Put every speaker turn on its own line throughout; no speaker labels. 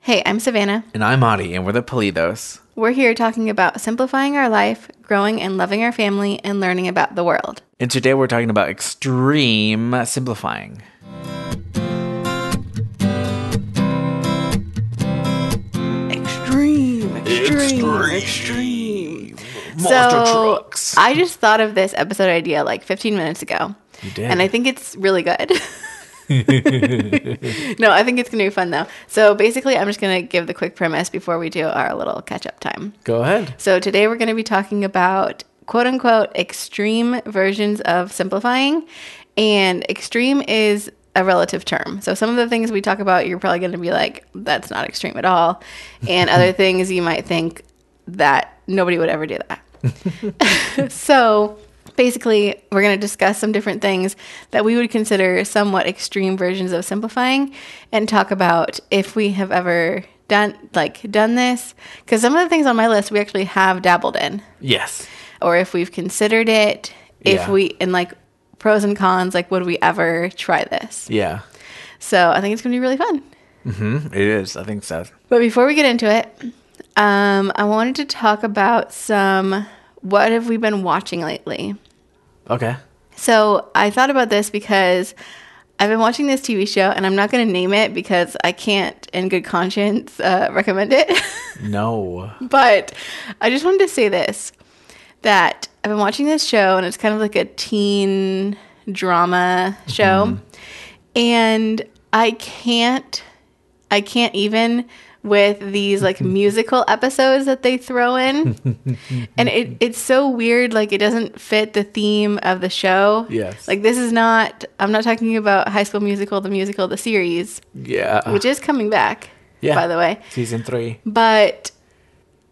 Hey, I'm Savannah.
And I'm Adi, and we're the Polidos.
We're here talking about simplifying our life, growing and loving our family, and learning about the world.
And today we're talking about extreme simplifying.
Extreme, extreme, extreme. so I just thought of this episode idea like 15 minutes ago.
You did.
And I think it's really good. no, I think it's going to be fun though. So basically, I'm just going to give the quick premise before we do our little catch up time.
Go ahead.
So today we're going to be talking about quote unquote extreme versions of simplifying. And extreme is a relative term. So some of the things we talk about, you're probably going to be like, that's not extreme at all. And other things you might think that nobody would ever do that. so basically, we're going to discuss some different things that we would consider somewhat extreme versions of simplifying and talk about if we have ever done like done this because some of the things on my list we actually have dabbled in
Yes.
or if we've considered it, if
Yeah.
we and like pros and cons, like would we ever try this?
Yeah. Hmm?
So I think it's gonna be really fun.
It is. I think so.
But before we get into it, um, I wanted to talk about some what have we been watching lately?
Okay.
So I thought about this because I've been watching this TV show and I'm not going to name it because I can't, in good conscience, uh, recommend it.
No.
but I just wanted to say this that I've been watching this show and it's kind of like a teen drama show
Mm-hmm.
and I can't I can't even with these like musical episodes that they throw in and it it's so weird like it doesn't fit the theme of the show.
Yes.
Like this is not I'm not talking about High School Musical the musical the series
Yeah.
which is coming back
Yeah.
by the way
Season three.
but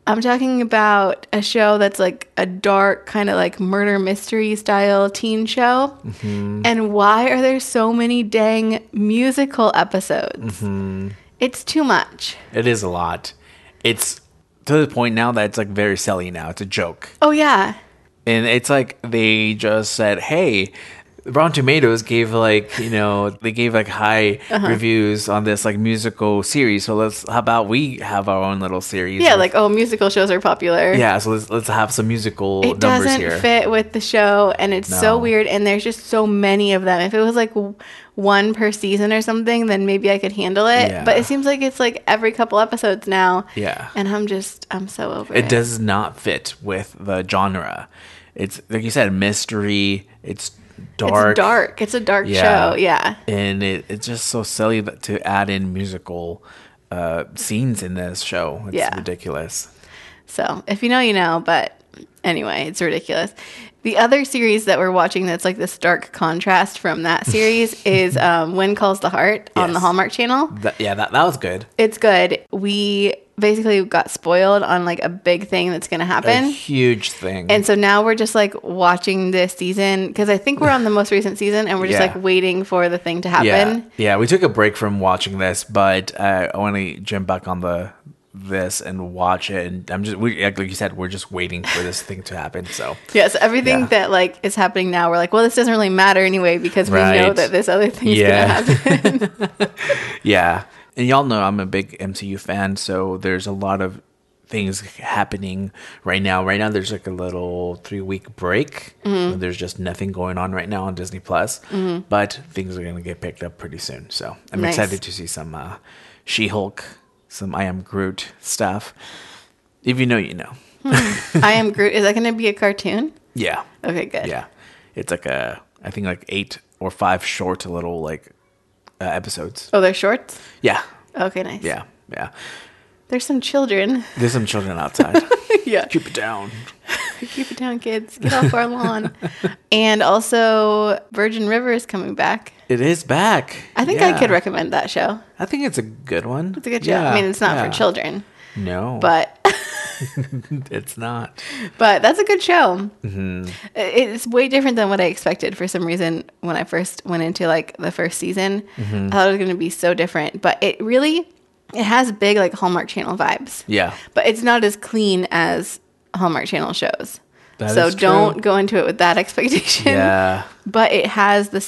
I'm talking about a show that's like a dark kind of like murder mystery style teen show.
Mm-hmm.
And why are there so many dang musical episodes?
Mm-hmm.
It's too much.
It is a lot. It's to the point now that it's like very silly now. It's a joke.
Oh yeah.
And it's like they just said, hey, Rotten Tomatoes gave like, you know, they gave like high
Uh-huh.
reviews on this like musical series. So let's, how about we have our own little series?
Yeah,
with-
like oh, musical shows are popular.
yeah, so let's, let's have some musical
It
numbers
doesn't
here.
fit with the show and it's
No.
so weird and there's just so many of them. If it was like w- one per season or something, then maybe I could handle it.
Yeah.
But it seems like it's like every couple episodes now.
Yeah.
And I'm just I'm so over it.
It does not fit with the genre. It's like you said, mystery. It's dark.
It's dark. It's a dark
Yeah.
show. Yeah.
And it, it's just so silly that to add in musical uh, scenes in this show. It's
Yeah.
ridiculous.
So if you know, you know. But anyway, it's ridiculous. The other series that we're watching that's like this dark contrast from that series is um, When Calls the Heart on the
Yes.
Hallmark Channel.
That, yeah, that, that was good.
It's good. We basically got spoiled on like a big thing that's going to
A
happen.
huge thing.
And so now we're just like watching this season because I think we're on the most recent season and we're just
Yeah.
like waiting for the thing to happen.
yeah, yeah, we took a break from watching this, but uh, I want to jump back on the this and watch it. And I'm just we, like you said, we're just waiting for this thing to happen. So
Yes, everything
Yeah.
that like is happening now, we're like, well, this doesn't really matter anyway because we know
Right.
that this other thing's
Yeah.
gonna happen.
Yeah. And y'all know I'm a big MCU fan, so there's a lot of things happening right now. Right now there's like a little 3-week break. where There's just nothing going on right now on Disney Plus, but things are going to get picked up pretty soon. So, I'm
Nice.
excited to see some uh She-Hulk, some I Am Groot stuff. If you know, you know.
I am Groot. Is that gonna be a cartoon?
Yeah.
Okay, good.
Yeah. It's like a I think like 8 or 5 short little like uh, episodes.
Oh, they're shorts.
Yeah.
Okay, nice.
Yeah. Yeah.
There's some children.
There's some children outside.
yeah.
Keep it down.
Keep it down, kids. Get off our lawn. and also, Virgin River is coming back.
It is back.
I think I
Yeah.
could recommend that show.
I think it's a good one.
It's a good show. I mean, it's not for children,
No,
but
it's not.
but that's a good show.
Mm-hmm.
It- It's way different than what I expected for some reason when I first went into like the first season.
Mm-hmm.
I thought it was going to be so different, but it really it has big like Hallmark Channel vibes.
Yeah.
But it's not as clean as Hallmark Channel shows.
That
so
is true.
don't go into it with that expectation.
Yeah.
But it has the
Mm-hmm.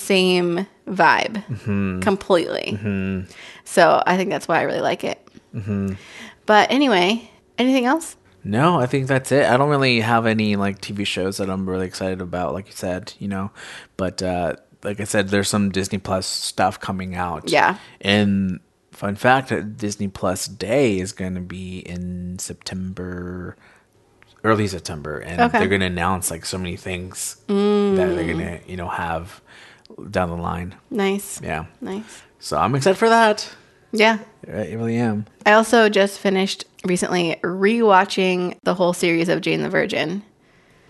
same vibe completely. So I think that's why I really like it.
Mm-hmm.
But anyway, anything else?
No, I think that's it. I don't really have any like TV shows that I'm really excited about, like you said, you know. But uh, like I said, there's some Disney Plus stuff coming out.
Yeah.
And fun fact, uh, Disney Plus Day is going to be in September, early September, and
Okay. Mm.
they're going to announce like so many things that they're going to you know have down the line.
Nice.
Yeah.
Nice.
So I'm excited for that.
Yeah.
I really am.
I also just finished recently rewatching the whole series of Jane the Virgin.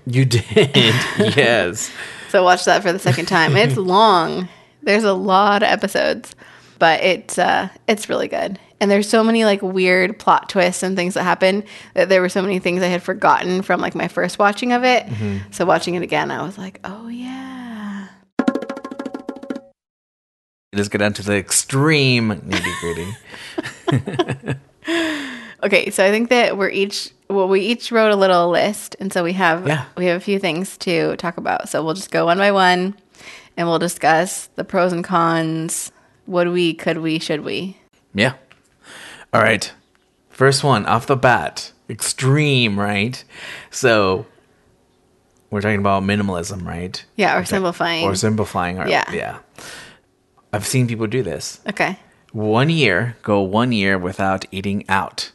You did, yes.
So watch that for the second time. It's long. There's a lot of episodes, but it's uh, it's really good. And there's so many like weird plot twists and things that happen that there were so many things I had forgotten from like my first watching of it. So watching it again, I was like, oh yeah.
Let's get down to the extreme nitty gritty.
Okay, so I think that we're each well, we each wrote a little list, and so we have
Yeah.
we have a few things to talk about. So we'll just go one by one, and we'll discuss the pros and cons. Would we? Could we? Should we?
Yeah. All right. First one off the bat. Extreme, right? So we're talking about minimalism, right?
Yeah, or
Okay.
simplifying.
Or simplifying our
Yeah.
yeah. I've seen people do this.
okay.
One year, go one year without eating out.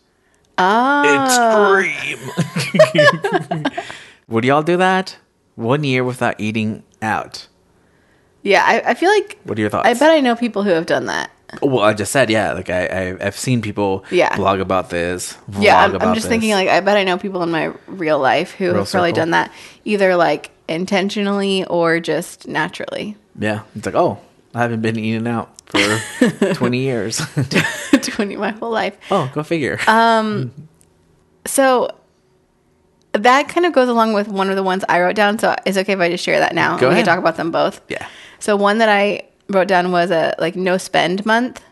Oh,
Extreme. Would y'all do that? One year without eating out.
yeah. I, I feel like
What are your thoughts?
I bet I know people who have done that.
Well, I just said, yeah. Like I, I I've seen people
Yeah.
blog about this. Vlog
yeah, I'm,
about
I'm just
this.
thinking like I bet I know people in my real life who have probably
circle.
done that either like intentionally or just naturally.
Yeah. It's like, oh, I haven't been eating out for 20 years.
Twenty my whole life.
oh, go figure.
Uh, So that kind of goes along with one of the ones I wrote down. So it's okay if I just share that now.
Go
we
ahead.
can talk about them both.
yeah.
So one that I wrote down was a like no spend month,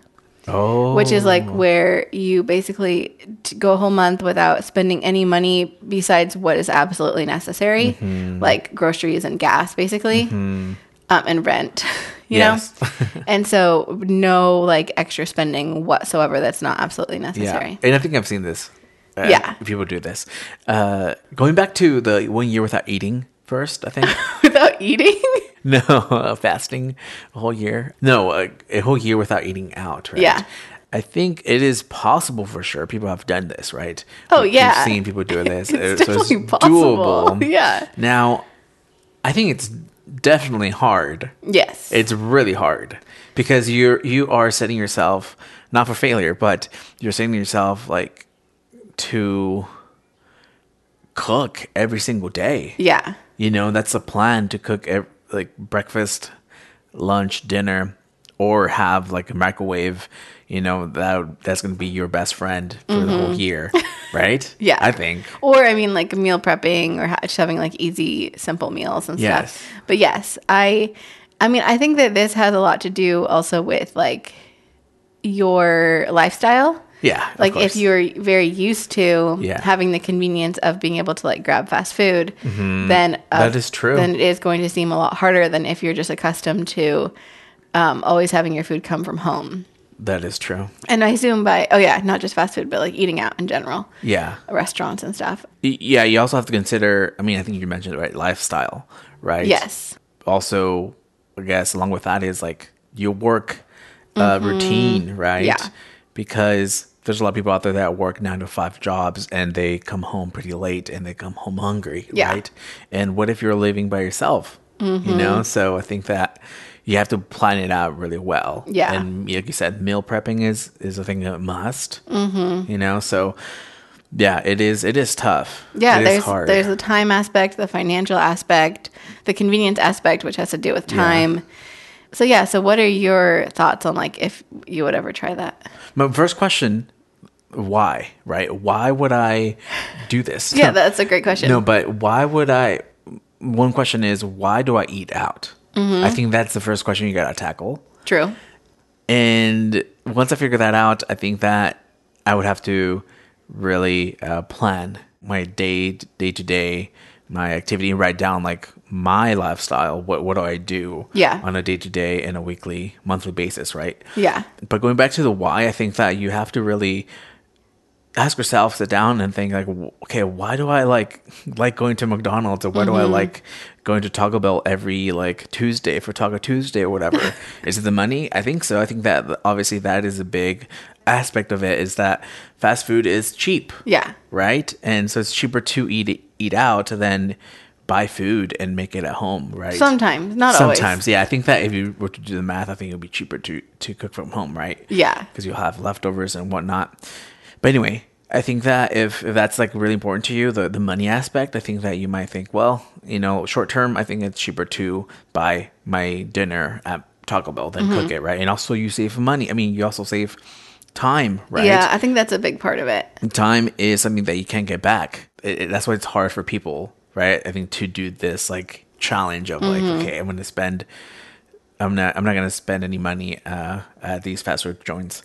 Oh.
which is like where you basically t- go a whole month without spending any money besides what is absolutely necessary,
Mm-hmm.
like groceries and gas, basically, um, and rent. You
Yes.
know, and so no like extra spending whatsoever that's not absolutely necessary.
Yeah. And I think I've seen this. Uh,
Yeah.
People do this. Uh, going back to the one year without eating first, I think.
Without eating,
No, uh, fasting a whole year. No, a, a whole year without eating out, right?
Yeah.
I think it is possible for sure. People have done this, right?
Oh,
We've
yeah.
seen people do this.
It's definitely possible. Yeah.
Now, I think it's definitely hard.
yes,
It's really hard because you're you are setting yourself not for failure, but you're setting yourself like to cook every single day.
yeah,
You know, that's the plan to cook ev- like breakfast, lunch, dinner, or have like a microwave. You know that that's going to be your best friend for the whole year, right?
Mm-hmm. Yeah.
I think.
Or I mean, like meal prepping or ha- just having like easy, simple meals and
Yes.
stuff. But yes, I, I mean, I think that this has a lot to do also with like your lifestyle.
Yeah, of
Like if
course.
you're very used to
Yeah.
having the convenience of being able to like grab fast food, then uh,
Mm-hmm. That is true.
Then it is going to seem a lot harder than if you're just accustomed to um, always having your food come from home.
that is true.
And I assume by oh yeah, not just fast food, but like eating out in general,
Yeah,
restaurants and stuff.
Y- yeah. You also have to consider. I mean, I think you mentioned it, right? Lifestyle, right?
Yes.
also i guess along with that is like your work uh, routine right
Mm-hmm. Yeah.
because there's a lot of people out there that work nine to five jobs and they come home pretty late and they come home hungry
Yeah. Mm-hmm.
right and what if you're living by yourself you know so i think that you have to plan it out really well
Yeah.
and like you said meal prepping is is a thing that must mm-hmm. you know so yeah it is it is tough
Yeah,
It is
there's there's the time aspect, the financial aspect, the convenience aspect, which has to do with time. So yeah, so what are your thoughts on like if you would ever try that?
My first question, why? Right? Why would I do this?
Yeah, that's a great question.
no, but why would I? One question is why do I eat out?
Mm-hmm.
I think that's the first question you gotta tackle.
True.
And once I figure that out, I think that I would have to really uh, plan my day day to day, my activity, and write down like my lifestyle. What what do I do?
Yeah.
on a day to day and a weekly, monthly basis, right?
Yeah.
But going back to the why, I think that you have to really ask yourself, sit down and think like, w- okay, why do I like like going to McDonald's or why do I like going to Taco Bell every like Tuesday for Taco Tuesday or whatever? is it the money? I think so. I think that obviously that is a big aspect of it is that fast food is cheap.
Yeah.
Right? And so it's cheaper to eat eat out than buy food and make it at home, right?
Sometimes, not always.
Sometimes, yeah. I think that if you were to do the math, I think it would be cheaper to to cook from home, right?
Yeah.
because you'll have leftovers and whatnot. But anyway, I think that if, if that's like really important to you, the the money aspect, I think that you might think, well, you know, short term, I think it's cheaper to buy my dinner at Taco Bell than
Mm-hmm.
cook it, right? And also, you save money. I mean, you also save time, right?
Yeah, I think that's a big part of it.
time is something that you can't get back. It, it- that's why it's hard for people, right? I think to do this like challenge of like, okay, I'm going to spend, I'm not, I'm not going to spend any money uh, at these fast food joints.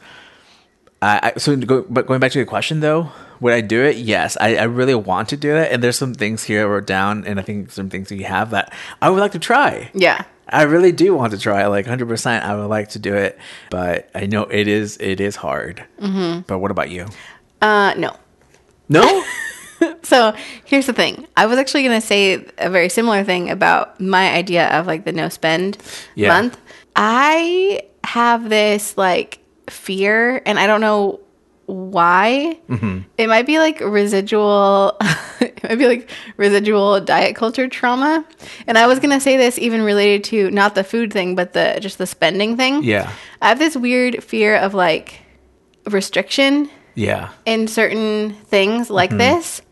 I, I so to go, but going back to your question though, would I do it? Yes, I, I really want to do that. And there's some things here I wrote down, and I think some things we have that I would like to try.
Yeah.
I really do want to try, like 100%. I would like to do it, but I know it is it is hard. Mm-hmm. But what about you?
Uh, no.
No.
So here's the thing. I was actually going to say a very similar thing about my idea of like the no spend
Yeah.
month. I have this like fear, and I don't know why.
Mm-hmm.
It might be like residual, it might be like residual diet culture trauma. And I was going to say this even related to not the food thing, but the just the spending thing.
Yeah.
I have this weird fear of like restriction
Yeah.
in certain things like this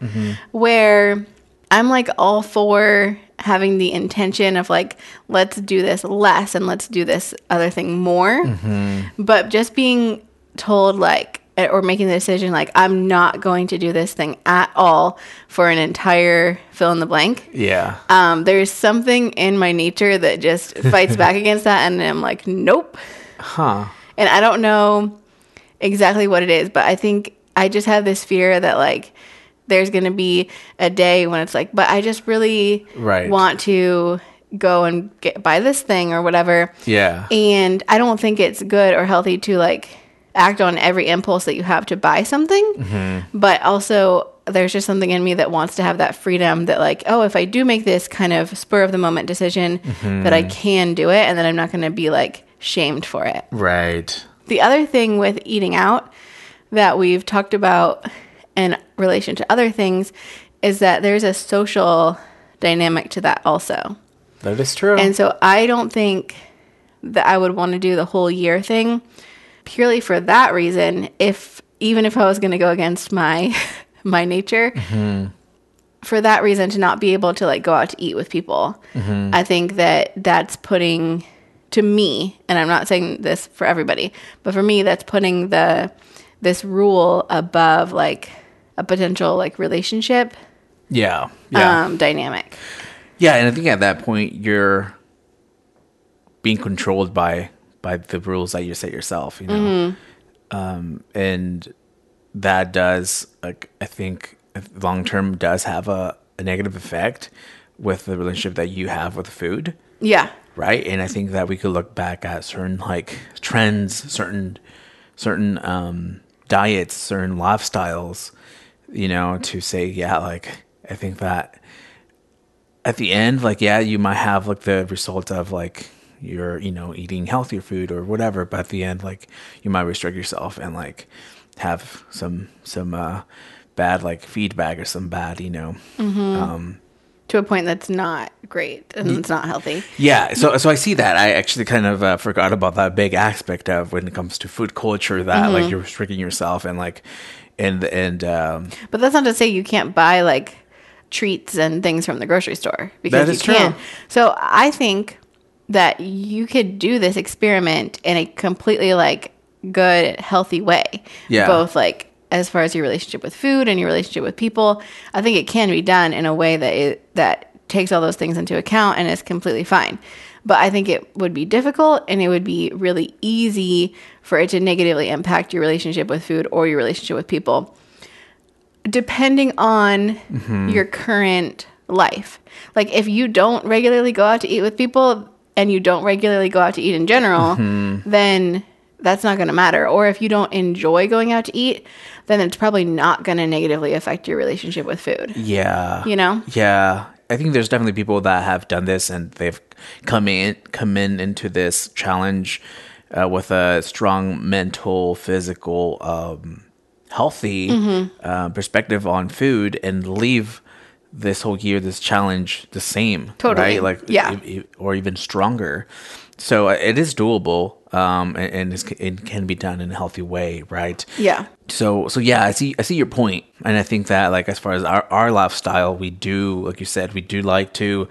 where I'm like all for having the intention of like let's do this less and let's do this other thing more but just being told like eh, or making the decision like I'm not going to do this thing at all for an entire fill in the blank
Yeah.
um, there's something in my nature that just fights back against that and I'm like nope
Huh.
and I don't know exactly what it is, but I think I just have this fear that like there's going to be a day when it's like, but I just really
Right.
want to go and get buy this thing or whatever.
Yeah.
And I don't think it's good or healthy to like act on every impulse that you have to buy something. But also, there's just something in me that wants to have that freedom that, like, oh, if I do make this kind of spur of the moment decision, that I can do it and that I'm not going to be like shamed for it.
Right.
The other thing with eating out that we've talked about in relation to other things is that there's a social dynamic to that also.
That is true.
And so I don't think that I would want to do the whole year thing purely for that reason if even if I was going to go against my my nature for that reason to not be able to like go out to eat with people. I think that that's putting to me and I'm not saying this for everybody, but for me that's putting the this rule above like a potential like relationship
yeah. Yeah.
um dynamic.
yeah. And I think at that point you're being controlled by by the rules that you set yourself. You know. Um, and that does like I think long term does have a, a negative effect with the relationship that you have with food.
Yeah.
right and i think that we could look back at certain like trends certain certain um diets certain lifestyles you know to say yeah like i think that at the end like yeah you might have like the result of like you're you know eating healthier food or whatever but at the end like you might restrict yourself and like have some some uh bad like feedback or some bad you know
to a point that's not great and it's not healthy.
Yeah, so so I see that. I actually kind of uh, forgot about that big aspect of when it comes to food culture that
Mm-hmm.
like you're restricting yourself and like and and um,
But that's not to say you can't buy like treats and things from the grocery store because
That is
you can.
true.
So I think that you could do this experiment in a completely like good, healthy way.
Yeah.
Both like as far as your relationship with food and your relationship with people, I think it can be done in a way that it, that takes all those things into account and is completely fine. But I think it would be difficult and it would be really easy for it to negatively impact your relationship with food or your relationship with people depending on
Mm-hmm.
your current life. Like if you don't
Mm-hmm.
regularly go out to eat with people and you don't regularly go out to eat in general, then that's not going to matter. Or if you don't enjoy going out to eat, then it's probably not going to negatively affect your relationship with food.
Yeah.
You know?
Yeah. I think there's definitely people that have done this and they've come in come in into this challenge uh, with a strong mental, physical, um, healthy
Mm-hmm.
uh, perspective on food and leave this whole year, this challenge, the same.
Totally.
Right? Like,
Yeah.
e- e- or even stronger. So uh, it is doable, um, and, and it's, it can be done in a healthy way, right?
Yeah.
so so yeah i see i see your point and i think that like as far as our, our lifestyle we do like you said we do like to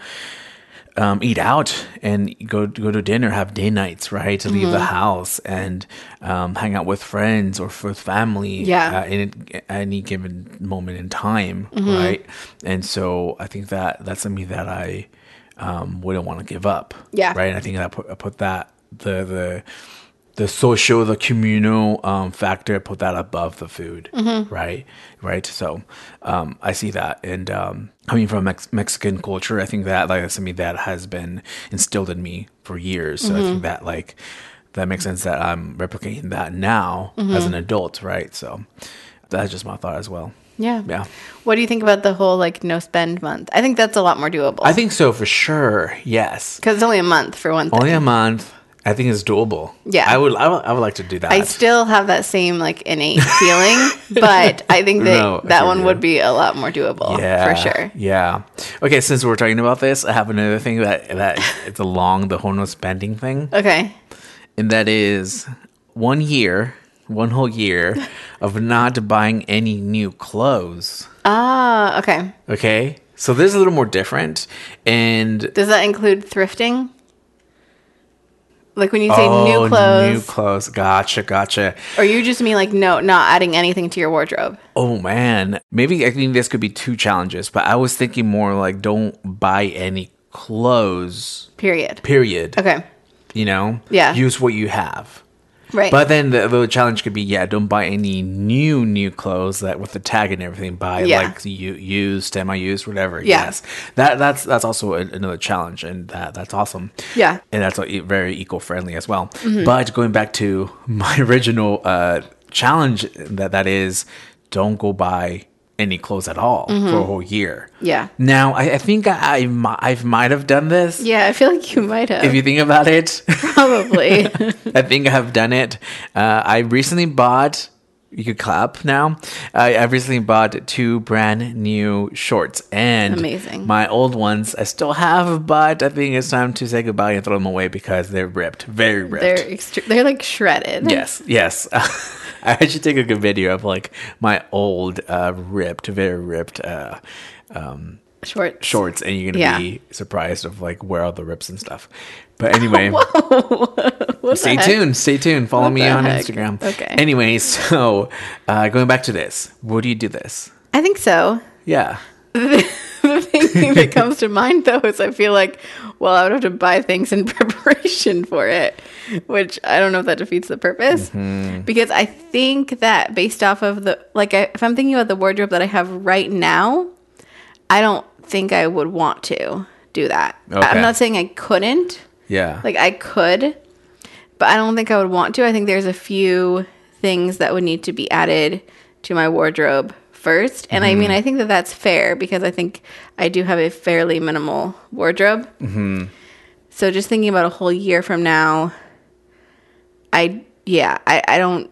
um, eat out and go go to dinner have day nights right to
Mm-hmm.
leave the house and um, hang out with friends or with family
Yeah.
uh, in a- any given moment in time right and so i think that that's something that i um, wouldn't want to give up
Yeah.
right and i think i put, I put that the the the social, the communal um, factor, put that above the food,
Mm-hmm.
right? Right. So um, I see that, and um, coming from Mex- Mexican culture, I think that like that's something that has been instilled in me for years. So I
Mm-hmm.
think that like that makes sense that I'm replicating that now as
Mm-hmm.
an adult, right? So that's just my thought as well.
Yeah.
Yeah.
What do you think about the whole like no spend month? I think that's a lot more doable.
I think so for sure. Yes.
because it's only a month for one thing.
Only a month. I think it's doable.
Yeah.
I would. I would, I would like to do that.
I still have that same like innate feeling, but I think that
No, I
that
hear
one
you.
would be a lot more doable for sure.
Yeah. Okay, since we're talking about this, I have another thing that that it's along the whole no spending thing,
Okay.
and that is one year, one whole year of not buying any new clothes.
Ah, okay.
Okay, so this is a little more different, and
Does that include thrifting? Like when you say new clothes,
Oh, new clothes. Gotcha, gotcha.
or you just mean like no, not adding anything to your wardrobe?
Oh man, maybe I think this could be two challenges, but I was thinking more like don't buy any clothes.
Period.
Period.
Okay.
you know
Yeah.
use what you have
Right.
but then the, the challenge could be yeah don't buy any new new clothes that with the tag and everything buy
Yeah.
like you used semi-used whatever
Yeah.
yes that that's that's also a, another challenge and that that's awesome
Yeah. Mm-hmm.
and that's a- very eco-friendly as well but going back to my original uh challenge that that is don't go buy any clothes at all for a whole year
Mm-hmm. Yeah.
now i, I think I, I, mi- I might have done this
yeah, I feel like you might have
if you think about it
probably.
I think I have done it. Uh, I recently bought. You could clap now. I, I recently bought two brand new shorts and
Amazing.
my old ones I still have, but I think it's time to say goodbye and throw them away because they're ripped, very ripped.
they're extre- they're like shredded.
yes, yes. I should take a good video of like my old uh, ripped, very ripped uh, um,
Short.
shorts, and you're gonna
Yeah.
be surprised of like where all the rips and stuff. But anyway. stay
heck?
tuned. Stay tuned. Follow me
the
on
heck?
Instagram.
Okay.
Anyway, so uh, going back to this, would you do this?
I think so.
Yeah.
the thing that comes to mind though is I feel like, well, I would have to buy things in preparation for it, which I don't know if that defeats the purpose. Because I think that based off of the, like, I, if I'm thinking about the wardrobe that I have right now, I don't think I would want to do that. I-
Okay.
I'm not saying I couldn't,
Yeah.
like, I could, but I don't think I would want to. I think there's a few things that would need to be added to my wardrobe first. And I mean, I think that that's fair because I think I do have a fairly minimal wardrobe. Mm-hmm. So just thinking about a whole year from now, I, yeah, I, I don't,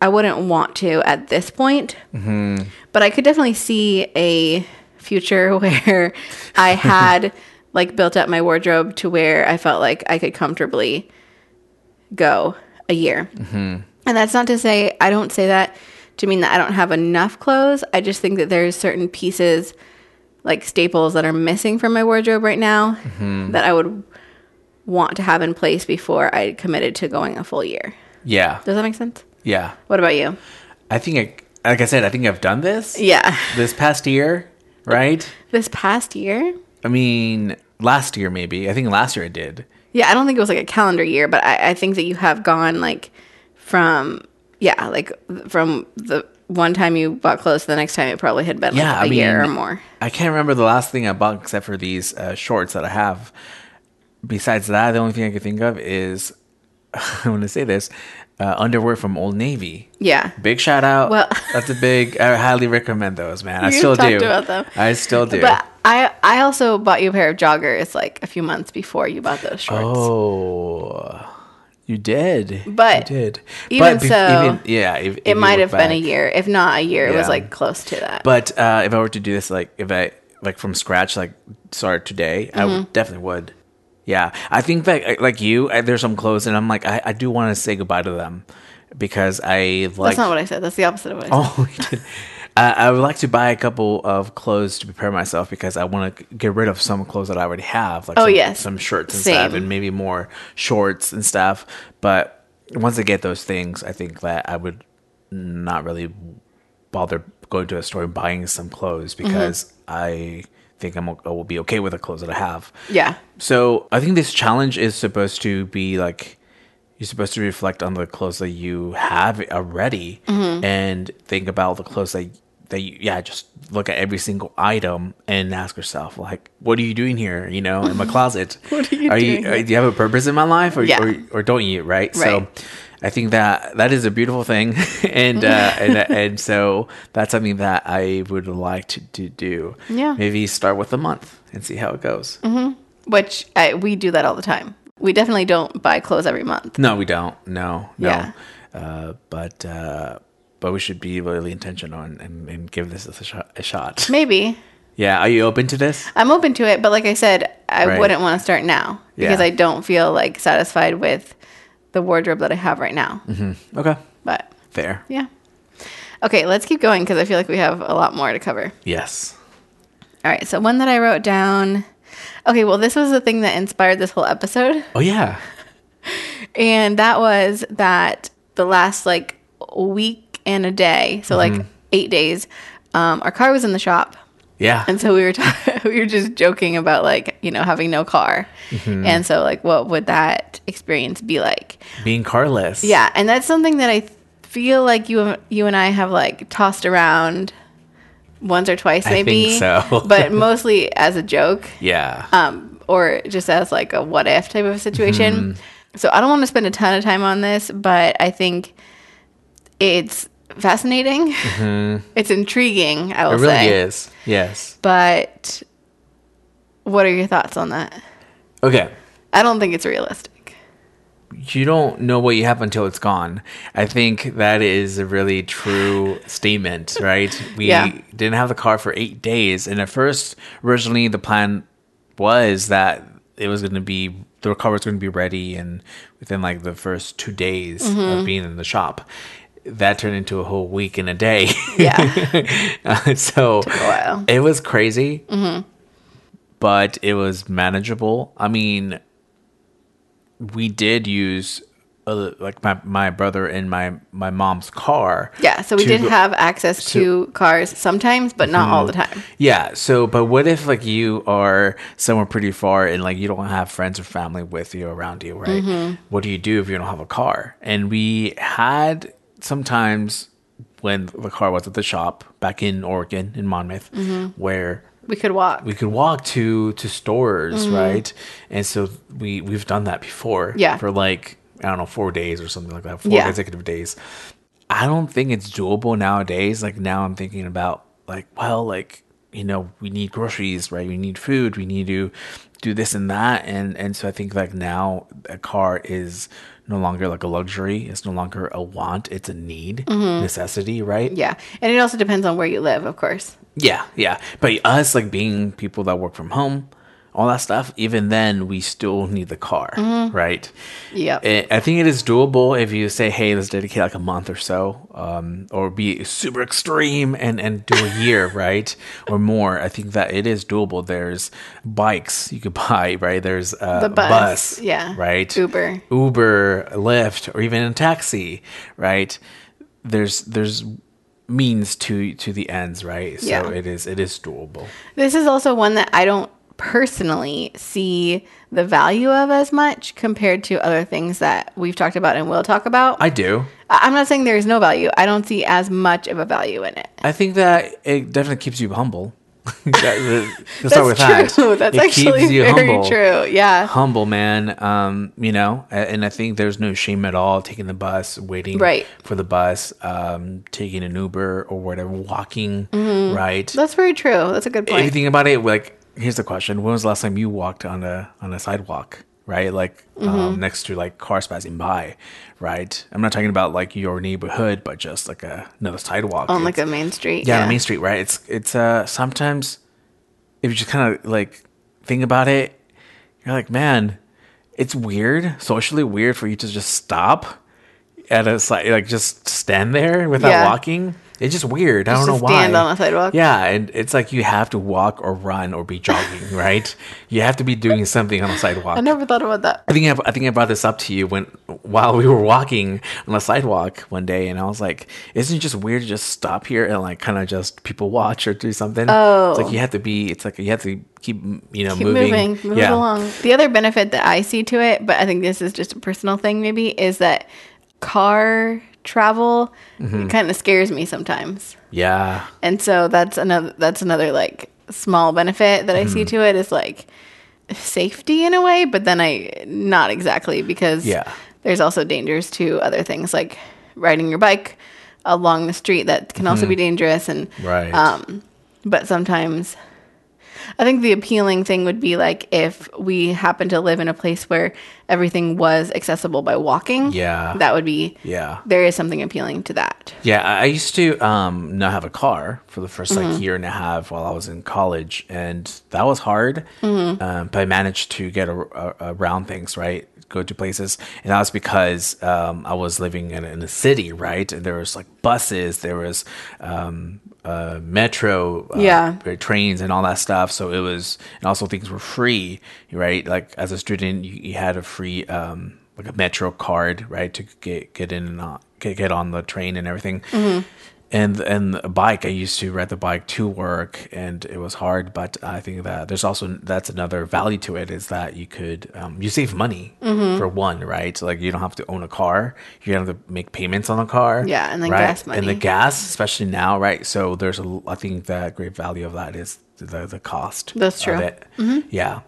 I wouldn't want to at this point. But I could definitely see a future where I had like built up my wardrobe to where I felt like I could comfortably go a year. And that's not to say I don't say that to mean that I don't have enough clothes. I just think that there's certain pieces like staples that are missing from my wardrobe right now that I would want to have in place before I committed to going a full year.
yeah.
Does that make sense?
Yeah.
What about you?
I think, I, like I said, I think I've done this
Yeah.
this past year, right?
This past year?
I mean, last year maybe. I think last year I did.
Yeah, I don't think it was like a calendar year, but I, I think that you have gone like from yeah, like th- from the one time you bought clothes to the next time it probably had been like
Yeah,
a
I
year or
mean-
more.
I can't remember the last thing I bought except for these uh, shorts that I have. Besides that, the only thing I could think of is I want to say this uh, underwear from Old Navy.
Yeah.
Big shout out.
Well-
that's a big. I highly recommend those, man. I
You
still do.
talked about them.
I still do.
But I I also bought you a pair of joggers like a few months before you bought those shorts.
oh, you did.
But
you did.
even
be-
so,
yeah, if, if
It
you
might have
look
been a
back.
year. If not a year, it was
Yeah.
like close to that.
But uh, if I were to do this, like if I like from scratch, like start today, I
Mm-hmm.
would, definitely would. Yeah, I think that like you, I, there's some clothes, and I'm like, I, I do want to say goodbye to them because I like.
That's not what I said. That's the opposite of what I said.
Oh, you did. Uh, I would like to buy a couple of clothes to prepare myself because I want to get rid of some clothes that I already have, like
Oh,
some,
yes.
some shirts and
Same.
stuff, and maybe more shorts and stuff. But once I get those things, I think that I would not really bother going to a store and buying some clothes because I think I'm o- I will be okay with the clothes that I have.
Yeah.
So I think this challenge is supposed to be like you're supposed to reflect on the clothes that you have already and think about the clothes that that you, yeah just look at every single item and ask yourself like what are you doing here you know in my closet
What are you doing
uh, do you have a purpose in my life or
Yeah.
or, or don't you right so
Right.
I think that that is a beautiful thing, and uh, and and so that's something that I would like to, to do.
Yeah. Mm-hmm.
maybe start with a month and see how it goes.
Which I, we do that all the time. We definitely don't buy clothes every month.
No, we don't. No, no.
Yeah.
Uh, but uh, but we should be really intentional and, and, and give this a, sh- a shot.
Maybe.
Yeah, are you open to this?
I'm open to it, but like I said, I
Right.
wouldn't want to start now because
Yeah.
I don't feel like satisfied with the wardrobe that I have right now.
Mm-hmm. Okay,
But
fair.
yeah. Okay, let's keep going because I feel like we have a lot more to cover.
Yes.
All right, so one that I wrote down. Okay, well, this was the thing that inspired this whole episode.
Oh yeah.
And that was that the last like week and a day, so
Mm-hmm.
like eight days, um, our car was in the shop.
Yeah.
And so we were ta- we were just joking about like you know having no car,
Mm-hmm.
and so like what would that experience be like?
Being carless.
Yeah, and that's something that I feel like you you and I have like tossed around once or twice
think
maybe,
so.
but mostly as a joke
Yeah.
um, or just as like a what if type of situation.
Mm-hmm.
So I don't want to spend a ton of time on this, but I think it's fascinating. it's intriguing, I will
Mm-hmm. it really
say.
is. Yes.
But what are your thoughts on that?
Okay.
I don't think it's realistic.
you don't know what you have until it's gone. I think that is a really true statement, right? We
Yeah.
didn't have the car for eight days. And at first, originally, the plan was that it was going to be, the car was going to be ready and within like the first two days
Mm-hmm.
of being in the shop. That turned into a whole week and a day.
Yeah.
Uh, so
while. Mm-hmm.
it was crazy, but it was manageable. I mean, we did use uh, like my my brother and my my mom's car.
yeah. So we
to
did
go-
have access to cars sometimes, but not all the time.
Yeah. So, but what if like you are somewhere pretty far and like you don't have friends or family with you around you, right? What do you do if you don't have a car? And we had sometimes when the car was at the shop back in Oregon in Monmouth, where
We could walk.
we could walk to to stores,
Mm-hmm.
right? And so we we've done that before,
Yeah.
for like I don't know four days or something like that, four
Yeah.
consecutive days. I don't think it's doable nowadays. Like now, I'm thinking about like, well, like you know, we need groceries, right? We need food. We need to do this and that, and and so I think like now a car is no longer like a luxury. It's no longer a want. It's a need,
Mm-hmm.
necessity, right?
yeah. And it also depends on where you live, of course.
Yeah, yeah. But us, like being people that work from home, all that stuff, even then, we still need the car,
Mm-hmm.
right?
Yep.
I- I think it is doable if you say, hey, let's dedicate like a month or so, um, or be super extreme and, and do a year, right? Or more. I think that it is doable. There's bikes you could buy, right? There's uh,
The bus,
bus.
yeah.
Right?
Uber.
Uber, Lyft, or even a taxi, right? There's there's means to to the ends, right? So
Yeah.
it is it is doable.
This is also one that I don't personally see the value of as much compared to other things that we've talked about and will talk about. I,
I do.
I'm not saying there is no value. I don't see as much of a value in it.
I think that it definitely keeps you humble. That- that's
That's true. That's actually very true. Yeah.
Humble man, um, you know, a- and I think there's no shame at all taking the bus, waiting
Right.
for the bus, um, taking an Uber or whatever, walking, right?
Mm-hmm. That's very true. That's a good point.
Everything about it, like, here's the question: When was the last time you walked on a on a sidewalk, right? Like
Mm-hmm.
um, next to like cars passing by, right? I'm not talking about like your neighborhood, but just like a another sidewalk
on like
It's-
a main street.
yeah, on Main Street, right? It's it's uh sometimes if you just kind of like think about it, you're like, man, it's weird, socially weird for you to just stop at a site, like just stand there without
Yeah.
walking. It's just weird. I
Just
don't know
to stand
why.
on a sidewalk.
Yeah, and it's like you have to walk or run or be jogging, right? You have to be doing something on the sidewalk.
I never thought about that.
I think I, I think I brought this up to you when while we were walking on the sidewalk one day, and I was like, "Isn't it just weird to just stop here and like kind of just people watch or do something?"
Oh.
it's like you have to be. It's like you have to keep you know
Keep
moving.
moving, move it along. The other benefit that I see to it, but I think this is just a personal thing, maybe, is that car travel
Mm-hmm.
kind of scares me sometimes,
Yeah,
and so that's another that's another like small benefit that I see
Mm-hmm.
to it is like safety in a way, but then I not exactly because
Yeah.
there's also dangers to other things like riding your bike along the street that can also be dangerous and
Mm-hmm. right.
um, but sometimes I think the appealing thing would be like if we happen to live in a place where everything was accessible by walking.
Yeah.
That would be,
yeah,
there is something appealing to that.
Yeah, I I used to um, not have a car for the first like year and a half while I was in college, and that was hard. Um, but I managed to get a, a, around things, right? Go to places, and that was because um, I was living in, in a city, right? And there was like buses, there was um, uh, metro, uh,
Yeah.
uh, trains and all that stuff. So it was, and also things were free, right? Like as a student, you, you had a free um, like a metro card, right, to get get in and on, get get on the train and everything.
Mm-hmm.
And and a bike, I used to ride the bike to work, and it was hard. But I think that there's also that's another value to it is that you could um, you save money
Mm-hmm.
for one, right? So like you don't have to own a car, you don't have to make payments on a car,
Yeah, and then
right?
gas
and the
money.
gas, especially now, right? So there's a, l- I think the great value of that is the the cost.
That's true. Mm-hmm.
Of it. Yeah,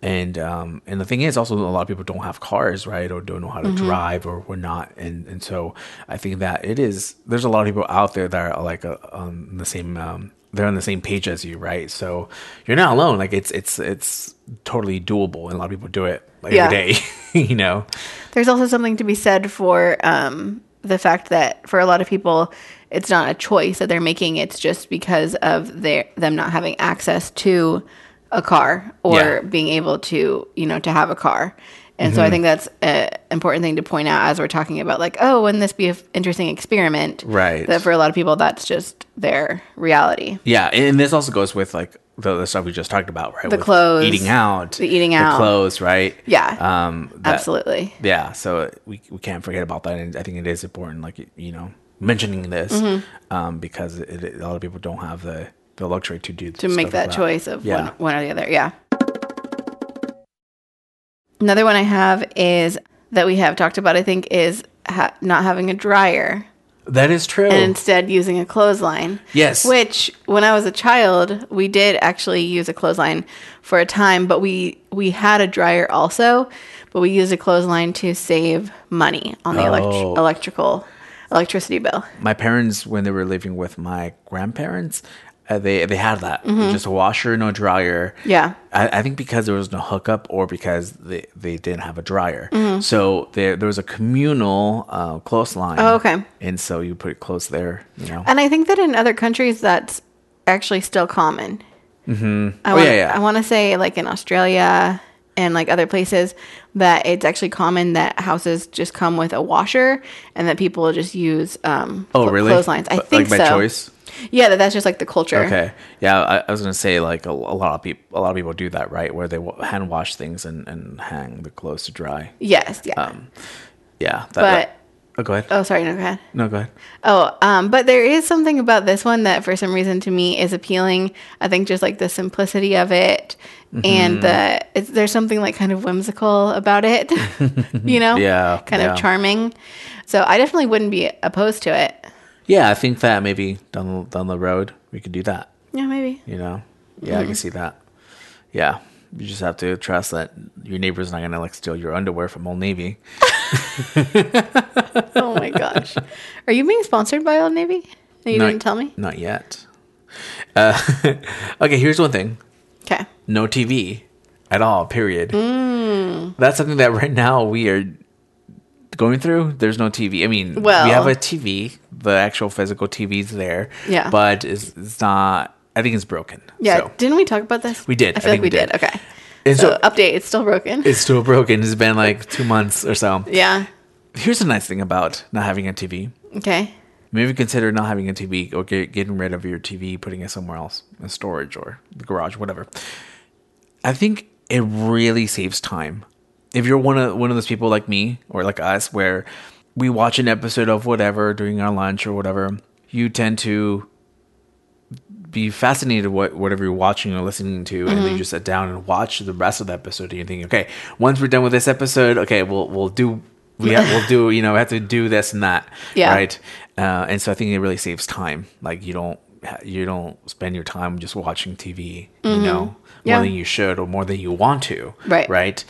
and um, and the thing is also a lot of people don't have cars, right, or don't know how to
Mm-hmm.
drive or whatnot, and and so I think that it is. There's a lot of people out there that are like uh on the same. Um, they're on the same page as you, right? So you're not alone. Like it's it's it's totally doable, and a lot of people do it like
Yeah.
every day. you know,
There's also something to be said for um, the fact that for a lot of people, it's not a choice that they're making. It's just because of their them not having access to a car or
Yeah. Mm-hmm.
being able to you know to have a car. And so I think that's an important thing to point out as we're talking about like, oh, wouldn't this be an interesting experiment?
Right.
That for a lot of people, that's just their reality.
Yeah, and and this also goes with like the, the stuff we just talked about, right? The
clothes,
eating out,
the eating out.
the clothes, right?
Yeah.
um, that-
Absolutely.
Yeah, so we we can't forget about that, and I think it is important, like you know, mentioning this
Mm-hmm.
um, because it, it- a lot of people don't have the the luxury to do
to make that choice of
Yeah.
one, one or the other. Yeah. Another one I have is that we have talked about, I think, is ha- not having a dryer
That is true.
and instead using a clothesline.
Oh. Yes.
Which, when I was a child, we did actually use a clothesline for a time, but we, we had a dryer also, but we used a clothesline to save money on the
Oh.
elect- electrical electricity bill.
my parents when they were living with my grandparents uh, they they had that just a washer no dryer
Mm-hmm. Yeah.
I, I think because there was no hookup or because they, they didn't have a dryer
Mm-hmm.
so there there was a communal uh, clothesline
Oh, okay. Uh,
and so you put your clothes there you know
And I think that in other countries, that's actually still common. Mm-hmm. I
Oh,
wanna,
yeah, yeah.
I want to say, like in Australia and like other places, that it's actually common that houses just come with a washer and that people just use um,
oh
clo-
really
clotheslines. I
But,
think
like by
so.
choice
Yeah, that that's just like the culture.
okay yeah I, I was gonna say like a, a lot of people a lot of people do that right where they wa- hand wash things and, and hang the clothes to dry
Yes. Yeah.
Um, yeah that,
But-
oh, go ahead
oh, sorry. No, go ahead.
no go ahead
Oh, um, but there is something about this one that for some reason to me is appealing. I think just like the simplicity of it
Mm-hmm.
and the it's, there's something like kind of whimsical about it, you know?
Yeah,
Kind
yeah.
of charming. So I definitely wouldn't be opposed to it.
Yeah, I think that maybe down the, down the road we could do that.
Yeah, maybe.
You know, Yeah, I can see that. Yeah. You just have to trust that your neighbor's not gonna like steal your underwear from Old Navy.
Oh my gosh. Are you being sponsored by Old Navy? You
Not-
didn't tell me?
Not yet. Uh, okay, here's one thing.
Okay.
No TV at all, period.
Mm.
That's something that right now we are going through. There's no TV. I mean,
Well-
we have a TV. The actual physical TV's there.
Yeah.
But it's, it's not, I think it's broken.
Yeah.
So.
Didn't we talk about this?
We did.
I
I
feel like
think
we
we
did.
did.
Okay.
And
so,
so-
update. It's still broken.
It's still broken. It's been like two months or so.
yeah.
Here's the nice thing about not having a TV.
Okay.
Maybe consider not having a TV or get, getting rid of your TV, putting it somewhere else in storage or the garage, whatever. I think it really saves time. If you're one of one of those people like me or like us, where we watch an episode of whatever during our lunch or whatever, you tend to be fascinated what whatever you're watching or listening to, and then you just sit down and watch the rest of the episode. And you think, okay, once we're done with this episode, okay, we'll we'll do we have, we'll do you know we have to do this and that,
Yeah.
right? Uh, and so I think it really saves time. Like you don't ha- you don't spend your time just watching TV, you know,
Mm-hmm. Yeah.
more than you should or more than you want to,
Right.
Right.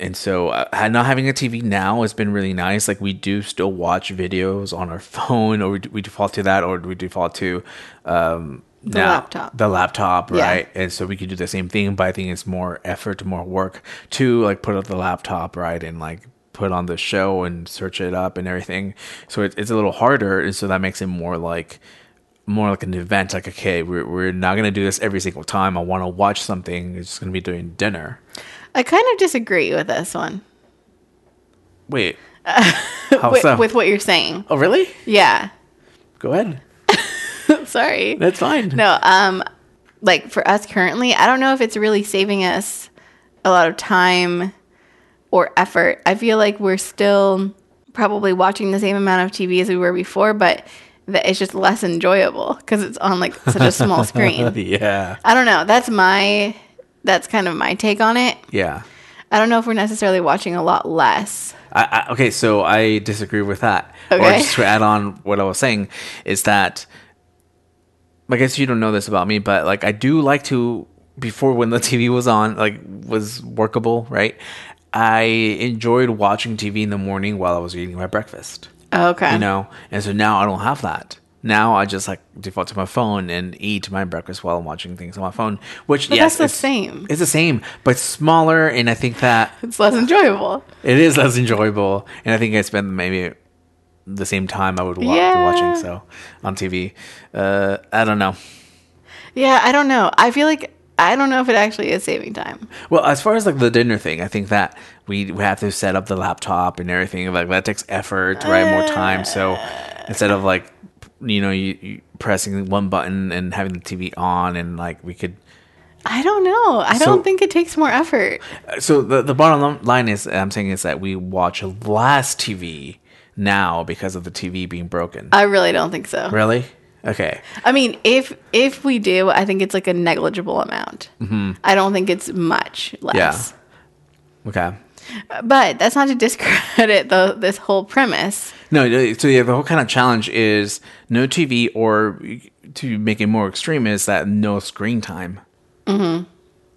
And so, uh, not having a TV now has been really nice. Like we do still watch videos on our phone, or we, we default to that, or we default to um, the
laptop.
the laptop,
Yeah.
right? And so we could do the same thing, but I think it's more effort, more work to like put up the laptop, right, and like put on the show and search it up and everything. So it, it's a little harder, and so that makes it more like more like an event. Like, okay, we're we're not gonna do this every single time. I want to watch something. It's just gonna be during dinner.
I kind of disagree with this one.
Wait, how
With,
Oh, so?
with what you're saying.
oh, really?
Yeah.
Go ahead.
Sorry.
That's fine.
No, um, like for us currently, I don't know if it's really saving us a lot of time or effort. I feel like we're still probably watching the same amount of TV as we were before, but that it's just less enjoyable because it's on like such a small screen.
Yeah.
I don't know. That's my that's kind of my take on it.
Yeah.
I don't know if we're necessarily watching a lot less.
I, I, okay, so I disagree with that. Or
Okay.
just to add on what I was saying is that I guess you don't know this about me, but like I do like to before when the TV was on, like was workable, right? I enjoyed watching TV in the morning while I was eating my breakfast.
Okay.
You know, and so now I don't have that. Now I just like default to my phone and eat my breakfast while I'm watching things on my phone. Which
that's
yes,
the
it's-
same.
It's the same, but smaller, and I think that
It's less enjoyable.
it is less enjoyable, and I think I spend maybe the same time I would wa-
Yeah.
be watching so on TV. Uh, I don't know.
Yeah, I don't know. I feel like I don't know if it actually is saving time.
Well, as far as like the dinner thing, I think that we we have to set up the laptop and everything. Like that takes effort, right? More time. So instead of like you know you, you pressing one button and having the TV on, and like we could
I don't know. I don't
So-
think it takes more effort.
uh, so the the bottom line is I'm saying is that we watch less TV now because of the TV being broken.
I really don't think so.
really? Okay.
I mean, if if we do, I think it's like a negligible amount.
Mm-hmm.
I don't think it's much less.
Okay.
But that's not to discredit the, this whole premise.
No, no, so yeah, the whole kind of challenge is no TV, or to make it more extreme, is that no screen time. Mm-hmm.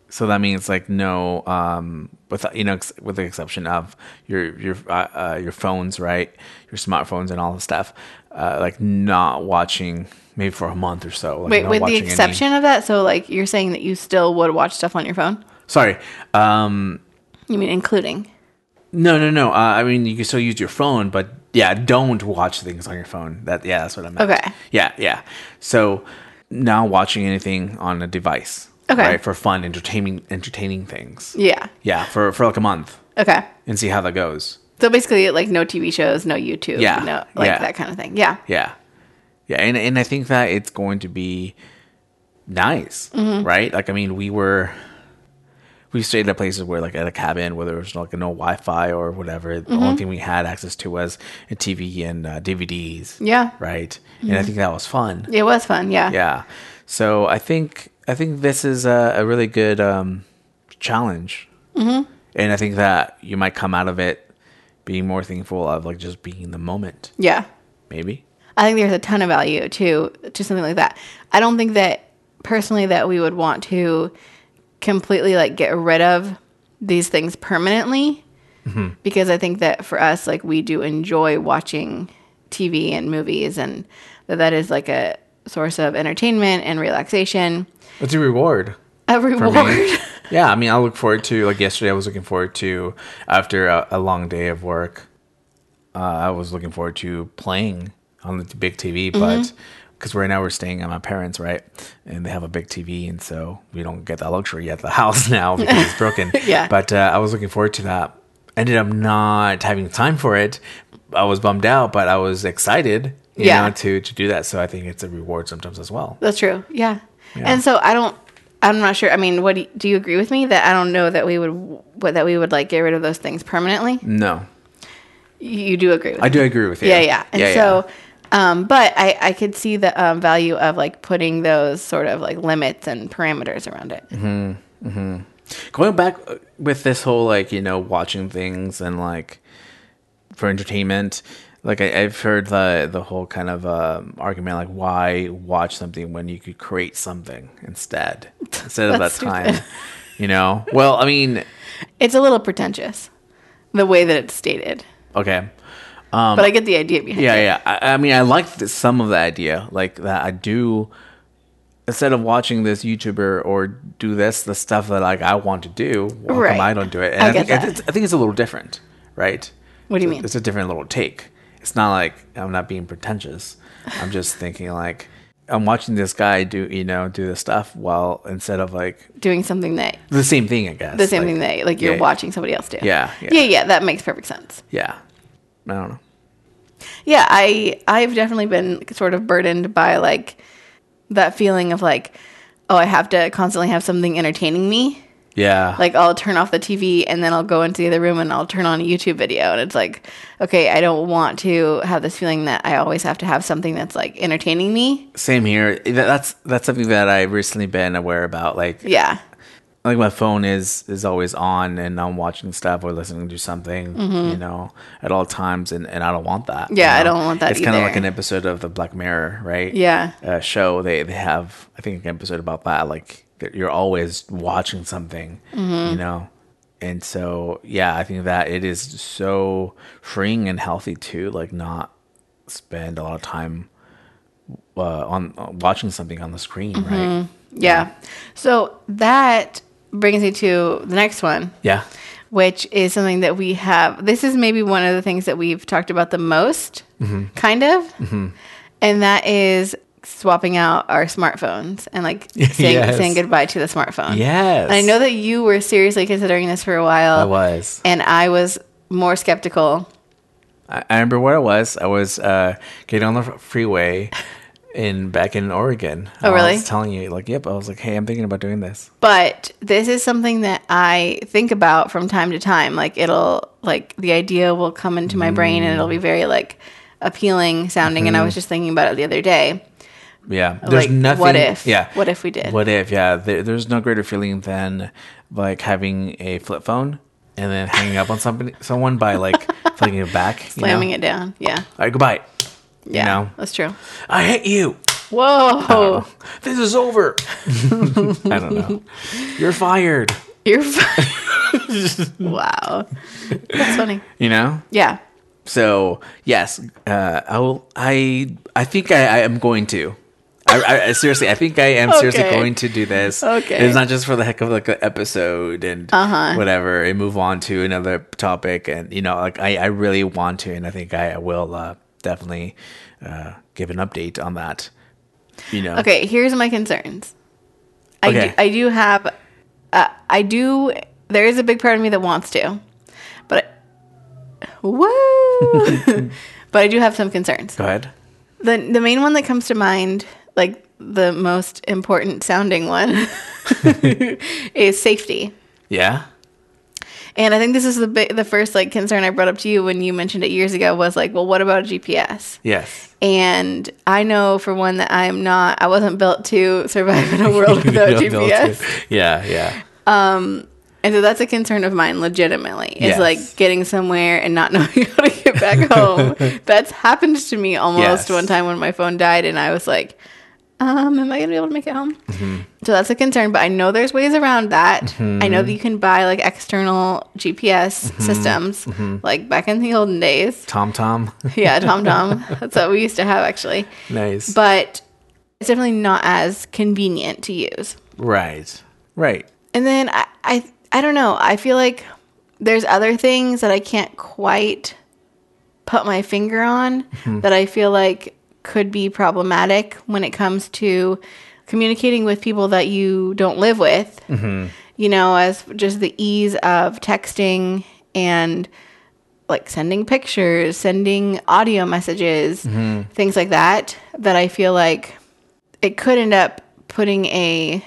So that means like no, um, with you know, ex- with the exception of your your uh, uh, your phones, right, your smartphones and all the stuff, uh, like not watching maybe for a month or so. Like
Wait,
not
with the
watching any-
exception of that, so like you're saying that you still would watch stuff on your phone?
sorry, um,
You mean including?
no, no, no. Uh, I mean, you can still use your phone, but yeah, don't watch things on your phone. That yeah, that's what I meant.
Okay.
Yeah, yeah. So now watching anything on a device.
Okay.
Right, for fun, entertaining entertaining things.
Yeah.
Yeah, for, for like a month
Okay.
and see how that goes.
So basically, like no TV shows, no YouTube,
Yeah.
no like
Yeah.
that kind of thing. Yeah.
Yeah. Yeah, and and I think that it's going to be nice. Right? Like I mean, we were we stayed at places where like at a cabin where there was like no Wi-Fi or whatever. The only thing we had access to was a TV and uh, DVDs.
Yeah.
Right? And I think that was fun.
It was fun. Yeah.
yeah so i think i think this is a, a really good um challenge and i think that you might come out of it being more thankful of like just being in the moment
Yeah.
maybe
I think there's a ton of value to to something like that. I don't think that personally that we would want to completely like get rid of these things permanently
Mm-hmm.
because I think that for us, like we do enjoy watching TV and movies, and that that is like a source of entertainment and relaxation.
It's a reward.
A
for me.
reward.
yeah, I mean, I look forward to like yesterday. I was looking forward to after a, a long day of work. Uh, I was looking forward to playing on the big TV,
Mm-hmm.
but because right now we're staying at my parents, right, and they have a big TV, and so we don't get that luxury at the house now because it's broken.
Yeah.
But uh, I was looking forward to that. Ended up not having time for it. I was bummed out, but I was excited. You
Yeah.
Know, to to do that, so I think it's a reward sometimes as well.
That's true. Yeah. And so I don't. I'm not sure. I mean, what do you, do you agree with me that I don't know that we would what that we would like get rid of those things permanently?
No,
You do agree with
I do agree with you.
Yeah, yeah. And so, Um, but I, I could see the um, value of like putting those sort of like limits and parameters around it.
Mm-hmm. going back uh, with this whole like you know watching things and like for entertainment like I, i've heard the the whole kind of um, argument like why watch something when you could create something instead instead of that
That's
time you know well i mean
It's a little pretentious, the way that it's stated,
okay
but I get the idea behind
Um, yeah
it.
yeah i, I mean i like th- some of the idea like that i do instead of watching this youtuber or do this the stuff that like i want to do why
Right.
come i don't do it and
I
i,
get
think I,
that.
th- I think it's a little different right
What do you
It's a-
mean?
it's a different little take it's not like i'm not being pretentious i'm just thinking like i'm watching this guy do you know do this stuff while instead of like
Doing something that
the same thing i guess
the same
Like,
thing that like you're
yeah,
watching somebody else do.
Yeah, yeah.
yeah. Yeah, that makes perfect sense.
yeah i don't know
Yeah, I I've definitely been sort of burdened by like that feeling of like, oh, I have to constantly have something entertaining me.
yeah
like I'll turn off the TV and then I'll go into the other room and I'll turn on a YouTube video and it's like okay I don't want to have this feeling that I always have to have something that's like entertaining me
same here Th- that's that's something that i recently been aware about like
yeah
like my phone is is always on and I'm watching stuff or listening to something, you know, at all times and, and I don't want that. you
Mm-hmm. Yeah, I
know?
don't want that
It's kind of
either.
like an episode of the Black Mirror, right?
Yeah.
Uh, show they they have I think an episode about that like that you're always watching something,
Mm-hmm.
you know. And so yeah, I think that it is so freeing and healthy to like not spend a lot of time uh, on uh, watching something on the screen, right?
Mm-hmm. yeah so that brings me to the next one
Yeah.
which is something that we have this is maybe one of the things that we've talked about the most
Mm-hmm.
kind of and that is swapping out our smartphones and like saying,
Yes.
saying goodbye to the smartphone
Yes.
And I know that you were seriously considering this for a while.
I was.
And I was more skeptical.
I, I remember where I was. I was uh, getting on the fr- freeway in back in Oregon.
Oh,
I
really?
was telling you, like, yep. I was like, hey, I'm thinking about doing this.
But this is something that I think about from time to time. Like it'll like the idea will come into my brain and it'll be very like appealing sounding and I was just thinking about it the other day.
Yeah, Mm-hmm. there's
like,
nothing.
what if?
Yeah,
What if we did?
What if? Yeah, there, there's no greater feeling than like having a flip phone and then hanging up on somebody, someone by like flicking it back,
Slamming it down. Yeah.
All right, goodbye.
Yeah.
know?
That's true.
I hate you.
Whoa.
This is over. I don't know. You're fired.
You're fine. wow. That's funny.
You know.
Yeah.
So yes, uh, I will. I I think I, I am going to. I, I- I seriously, I think I am seriously
Okay.
going to do this.
Okay.
it's not just for the heck of like an episode and
Uh-huh.
whatever, and move on to another topic. And you know, like I, I really want to, and I think I, I will uh, definitely uh, give an update on that. You know,
Okay, here's my concerns. I,
Okay.
do, I do have, uh, I do, there is a big part of me that wants to, but, I, woo! but I do have some concerns.
go ahead.
The, the main one that comes to mind, like the most important sounding one, is safety.
Yeah,
And I think this is the big, the first like concern I brought up to you when you mentioned it years ago was like, well, what about GPS?
yes,
And I know for one that I'm not, I wasn't built to survive in a world without
Built- built
GPS.
it. Yeah, yeah,
And so that's a concern of mine, legitimately. It's
Yes.
like getting somewhere and not knowing how to get back home. that's happened to me almost
Yes.
one time when my phone died, and I was like, um, am I going to be able to make it home?
Mm-hmm.
So that's a concern, but I know there's ways around that. I
Mm-hmm.
know that you can buy like external GPS systems,
Mm-hmm.
like back in the olden days.
Tom Tom.
Yeah, TomTom. that's what we used to have actually.
nice.
But it's definitely not as convenient to use.
right. Right.
And then I, I I don't know. I feel like there's other things that I can't quite put my finger on that I feel like could be problematic when it comes to communicating with people that you don't live with. You know, as just the ease of texting and like sending pictures, sending audio messages, things like that that I feel like it could end up putting a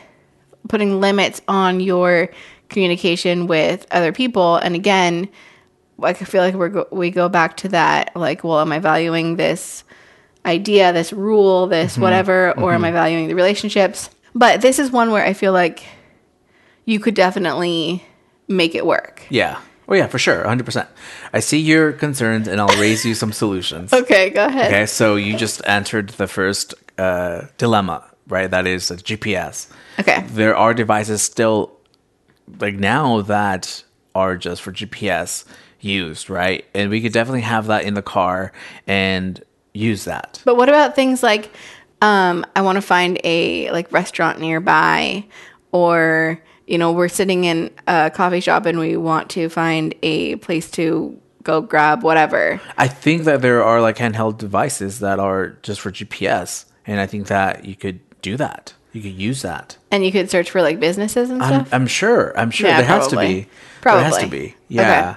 putting limits on your communication with other people and again like i feel like we're go- we go back to that like well am i valuing this idea this rule this whatever or am i valuing the relationships but this is one where i feel like you could definitely make it work
Yeah. Oh yeah, for sure, 100%. I see your concerns and I'll raise you some solutions.
okay go ahead
Okay, so you just answered the first uh, dilemma, right? That is the GPS.
okay
There are devices still, like now, that are just for GPS used, right? And we could definitely have that in the car and use that.
But what about things like um, I want to find a like restaurant nearby, or you know we're sitting in a coffee shop and we want to find a place to go grab whatever.
I think that there are like handheld devices that are just for GPS, and I think that you could do that. You could use that.
And you could search for like businesses and
I'm,
stuff.
I'm sure. I'm sure
Yeah,
there has
probably.
to be. There has to
Probably.
be.
Okay.
Yeah.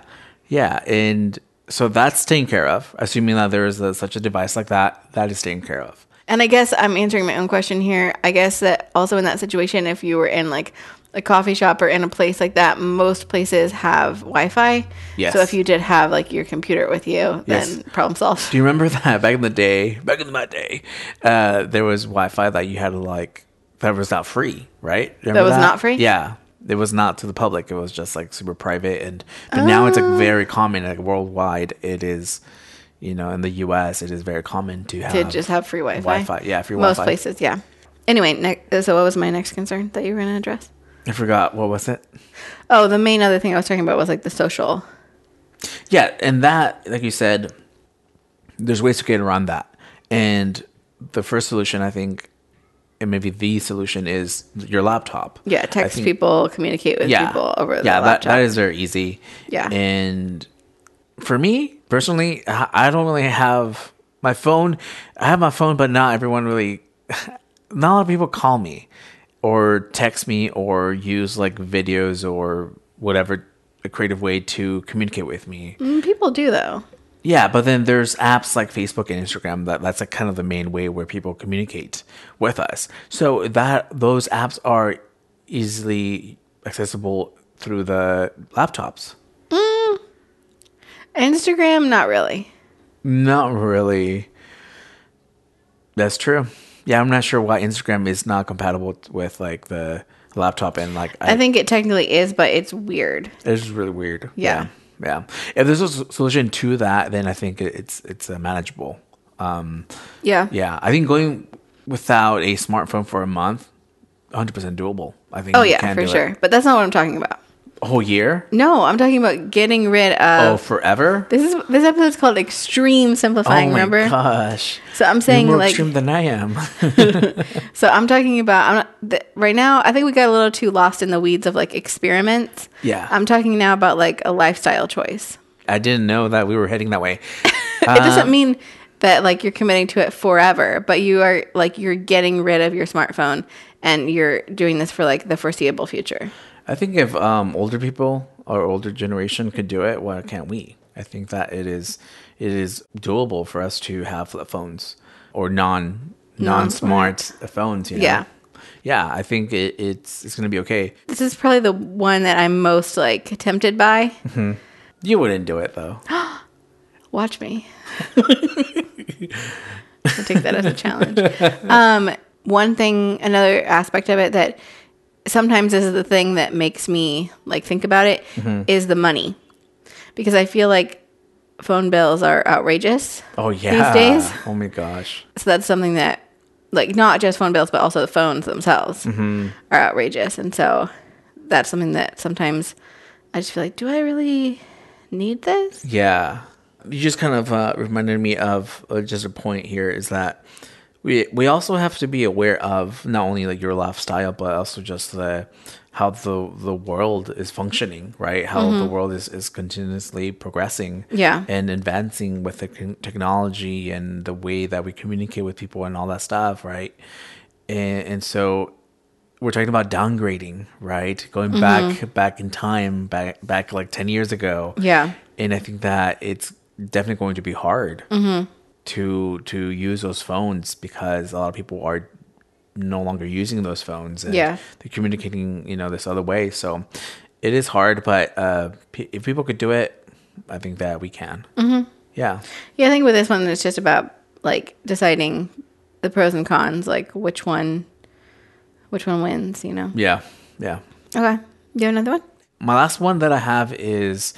Yeah. And so that's taken care of, assuming that there is a, such a device like that. That is taken care of.
And I guess I'm answering my own question here. I guess that also in that situation, if you were in like a coffee shop or in a place like that, most places have Wi-Fi.
Yes.
So if you did have like your computer with you,
Yes.
then problem solved.
Do you remember that back in the day? Back in my day, uh, there was Wi-Fi that you had to like that was not free, right? Remember
was not free?
Yeah, it was not to the public. It was just like super private, and but now it's like very
Oh.
common, like worldwide. It is, you know, in the U.S. It is very common to have
to just have free Wi-Fi.
Um, Wi-Fi. Yeah, free
Most
Wi-Fi.
places, yeah. Anyway, ne- so what was my next concern that you were going to address?
I forgot what was it.
Oh, the main other thing I was talking about was like the social.
Yeah, and that, like you said, there's ways to get around that. And the first solution, I think, and maybe the solution is your laptop.
Yeah,
I
text
think-
people, communicate with people over the
yeah,
laptop.
that that is very easy.
Yeah.
and for me personally, I I don't really have my phone. I have my phone, but not everyone really. Not a lot of people call me, or text me, or use like videos or whatever a creative way to communicate with me.
Mm, people do though.
Yeah, but then there's apps like Facebook and Instagram that that's like kind of the main way where people communicate with us. So that those apps are easily accessible through the laptops.
Instagram, not really.
Not really. That's true. Yeah, I'm not sure why Instagram is not compatible with like the laptop and like
I think it technically is, but it's weird.
It's just really weird.
Yeah.
yeah. If there's a s- solution to that, then I think it- it's it's uh, manageable.
Yeah.
Yeah, I think going without a smartphone for a month, 100% doable. I think.
Oh
you
yeah,
can
for
do it.
sure. But that's not what I'm talking about.
A whole year?
No, I'm talking about getting rid
Oh,
of.
forever?
This is this episode's called extreme simplifying.
oh my
remember?
gosh.
So I'm
You're
saying
more
like
extreme than I am.
So I'm talking about I'm not, th- right now. I think we got a little too lost in the weeds of like experiments.
Yeah.
I'm talking now about like a lifestyle choice.
I didn't know that we were heading that way.
it doesn't mean that like you're committing to it forever, but you are like you're getting rid of your smartphone and you're doing this for like the foreseeable future.
I think if um, older people or older generation could do it, why can't we? I think that it is it is doable for us to have flip phones or non non smart phones. You know?
Yeah.
yeah. I think it, it's it's gonna be okay.
This is probably the one that I'm most like tempted by.
You wouldn't do it though.
Watch me. I'll take that as a challenge. Um, one thing, another aspect of it that sometimes this is the thing that makes me like think about it is the money, because I feel like phone bills are outrageous.
Oh yeah.
days.
Oh my gosh.
So that's something that like not just phone bills, but also the phones themselves are outrageous. And so that's something that sometimes I just feel like, do I really need this?
Yeah. You just kind of uh, reminded me of uh, just a point here is that we we also have to be aware of not only like your lifestyle but also just the how the the world is functioning, right? How the world is is continuously progressing
Yeah.
and advancing with the con- technology and the way that we communicate with people and all that stuff, right? And, and so we're talking about downgrading, right? Going back back in time, back back like ten years ago,
Yeah.
and I think that it's definitely going to be hard to to use those phones because a lot of people are no longer using those phones and
Yeah.
they're communicating, you know, this other way. So it is hard, but uh, p- if people could do it, I think that we can. Mm-hmm. Yeah,
Yeah, I think with this one, it's just about like deciding the pros and cons, like which one, which one wins. You know.
yeah, yeah.
Okay. You have another one?
my last one that I have is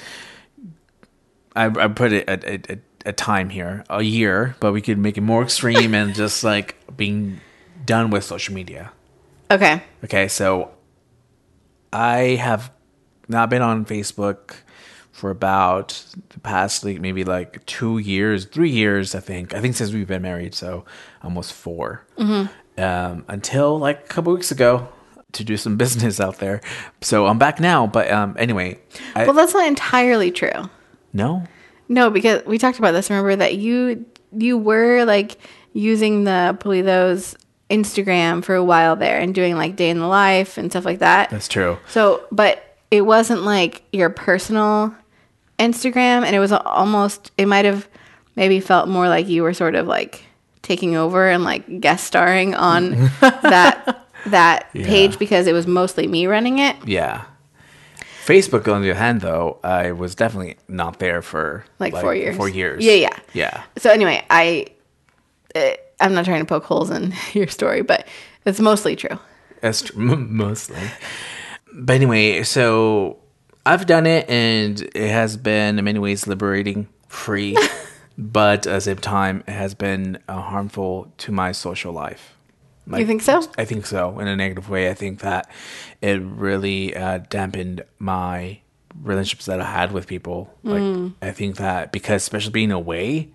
I, I put it at, at, at a time here, a year, but we could make it more extreme and just like being done with social media.
Okay.
Okay, so I have not been on Facebook for about the past like maybe like two years, three years, I think. I think since we've been married, so almost 4
Mm-hmm.
Um, until like a couple weeks ago to do some business out there. So I'm back now, but um, anyway, I,
Well, that's not entirely true.
no,
No, because we talked about this. Remember that you you were like using the Polito's Instagram for a while there and doing like day in the life and stuff like that.
that's true.
So, but it wasn't like your personal Instagram, and it was almost, it might have maybe felt more like you were sort of like taking over and like guest starring on that that page because it was mostly me running it.
Yeah. Facebook, on the other hand, though, I was definitely not there for
Like, four years.
Four years.
Yeah, yeah.
Yeah.
So anyway, I uh, I'm not trying to poke holes in your story, but it's mostly true.
That's tr- m- mostly. But anyway, so I've done it, and it has been in many ways liberating, free, but at the same time, it has been uh, harmful to my social life.
you think so?
I think so, in a negative way. I think that it really uh, dampened my relationships that I had with people. Like, I think that because, especially being away,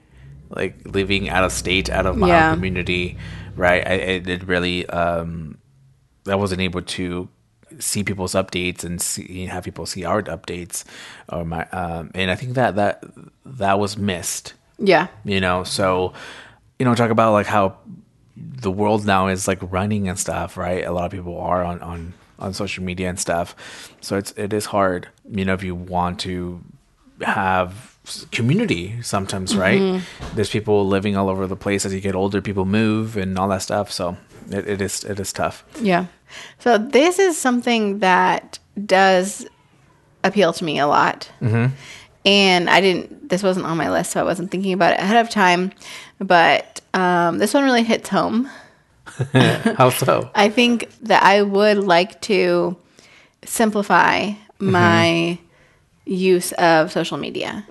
like living out of state, out of my
Yeah.
own community, right? I, it, it really, um, I wasn't able to see people's updates and see have people see our updates or my um and i think that that that was missed
Yeah.
you know so you know talk about like how the world now is like running and stuff right a lot of people are on on on social media and stuff so it's it is hard you know if you want to have s- community sometimes right there's people living all over the place as you get older people move and all that stuff so it, it is it is tough
Yeah. So this is something that does appeal to me a lot. Mm-hmm. And I didn't, this wasn't on my list, so I wasn't thinking about it ahead of time. But um, this one really hits home.
how so
I think that I would like to simplify my use of social media.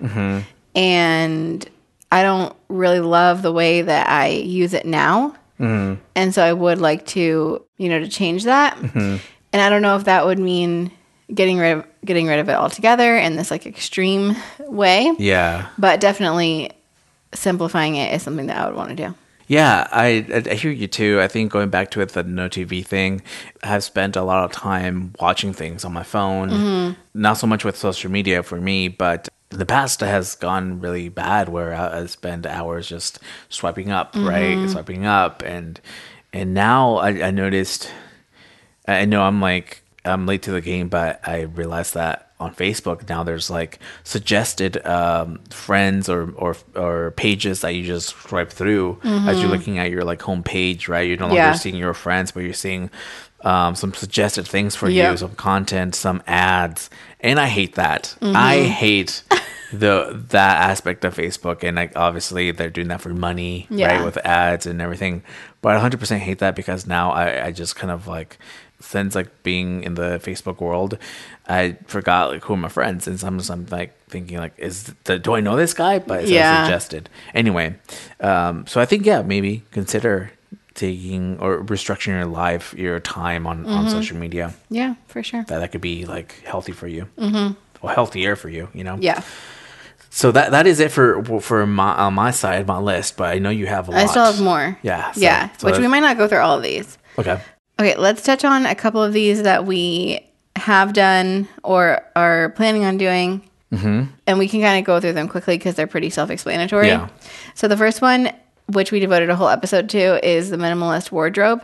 And I don't really love the way that I use it now. And so I would like to, you know, to change that. And I don't know if that would mean getting rid of getting rid of it altogether in this like extreme way,
yeah
but definitely simplifying it is something that I would want to do.
Yeah, I, I I hear you too. I think going back to it, the no TV thing, I have spent a lot of time watching things on my phone. Not so much with social media for me, but in the past it has gone really bad where I, I spend hours just swiping up, right, swiping up, and and now I, I noticed I I know I'm like I'm late to the game, but I realized that on Facebook now there's like suggested um, friends or, or or pages that you just swipe through as you're looking at your like home page, right? You're no longer
Mm-hmm. Yeah.
seeing your friends, but you're seeing um, some suggested things for
Yep.
you, some content, some ads, and I hate that.
Mm-hmm.
I hate the that aspect of Facebook, and like obviously they're doing that for money,
Yeah.
right? With ads and everything. But I 100% hate that because now I, I just kind of like, since like being in the Facebook world, I forgot like who are my friends. And sometimes I'm like thinking like, is the, do I know this guy? But it's not
Yeah.
suggested. Anyway, um, so I think, yeah, maybe consider taking or restructuring your life, your time on,
Mm-hmm.
on social media.
Yeah, for sure.
That that could be like healthy for you, or healthier for you. You know.
Mm-hmm. Yeah.
So that that is it for for my on my side my list, but I know you have a lot.
I still have more.
Yeah, so-
yeah.
so
which we
that's-
might not go through all of these.
Okay.
Okay, let's touch on a couple of these that we have done or are planning on doing.
Mm-hmm.
And we can kind of go through them quickly because they're pretty self explanatory.
Yeah.
So, the first one, which we devoted a whole episode to, is the minimalist wardrobe.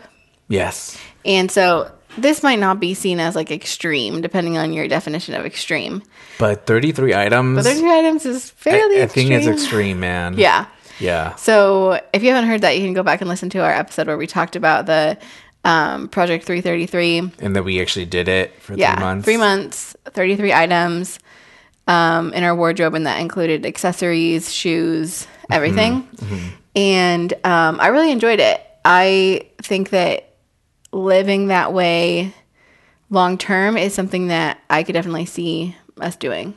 Yes.
And so, this might not be seen as like extreme, depending on your definition of extreme.
But 33 items.
But 33 items is fairly
I, I
extreme.
think it's extreme, man.
Yeah.
Yeah.
So, if you haven't heard that, you can go back and listen to our episode where we talked about the um, Project 333.
And that we actually did it for
yeah,
three months.
three months, 33 items um, in our wardrobe, and that included accessories, shoes, everything. And um, I really enjoyed it. I think that living that way long term is something that I could definitely see us doing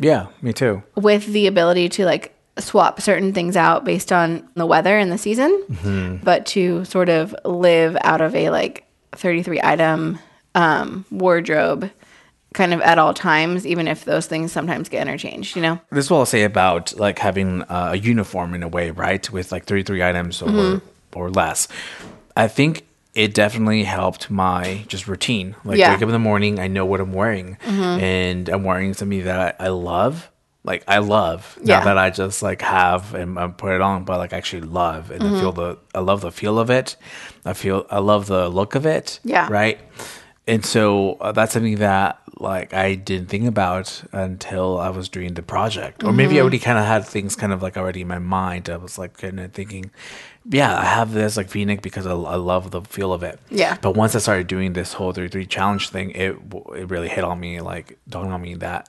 Yeah, me too.
with the ability to like swap certain things out based on the weather and the season,
Mm-hmm.
but to sort of live out of a like 33 item um, wardrobe kind of at all times, even if those things sometimes get interchanged, you know?
This will say about like having uh, a uniform in a way, right? With like 33 items or,
Mm-hmm.
or less. I think it definitely helped my just routine. Like
Yeah. Mm-hmm.
wake up in the morning, I know what I'm wearing and I'm wearing something that I, I love. Like I love
Yeah.
not that I just like have and I put it on, but like actually love and I feel the
Mm-hmm.
I love the feel of it. I feel I love the look of it.
Yeah.
Right. And so uh, that's something that like I didn't think about until I was doing the project, or
Mm-hmm.
maybe I already kind of had things kind of like already in my mind. I was like kind of thinking, yeah, I have this like V-neck because I, I love the feel of it.
Yeah.
But once I started doing this whole three three challenge thing, it w- it really hit on me, like dawned on me that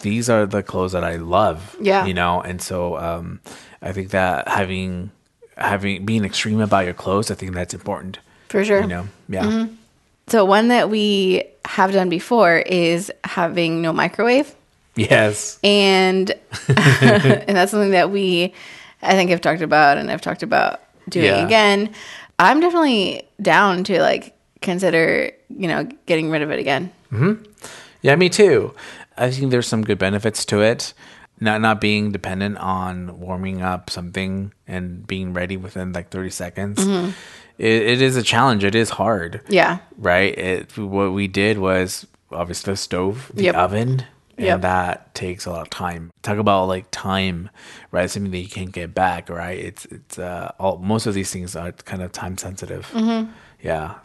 these are the clothes that I love.
Yeah.
You know, and so um, I think that having having being extreme about your clothes, I think that's important.
For sure.
You know, yeah.
So, one that we have done before is having no microwave.
Yes.
and and that's something that we I think have talked about and I've talked about doing
Yeah.
again. I'm definitely down to like consider you know getting rid of it again.
Yeah, me too. I think there's some good benefits to it. Not not being dependent on warming up something and being ready within like 30 seconds. It, it is a challenge. It is hard.
Yeah,
Right. It, what we did was obviously the stove, the
Yep.
oven, and
Yep.
that takes a lot of time. Talk about like time, right? Something that you can't get back, right? It's it's uh, all most of these things are kind of time sensitive. Yeah.
Mm-hmm.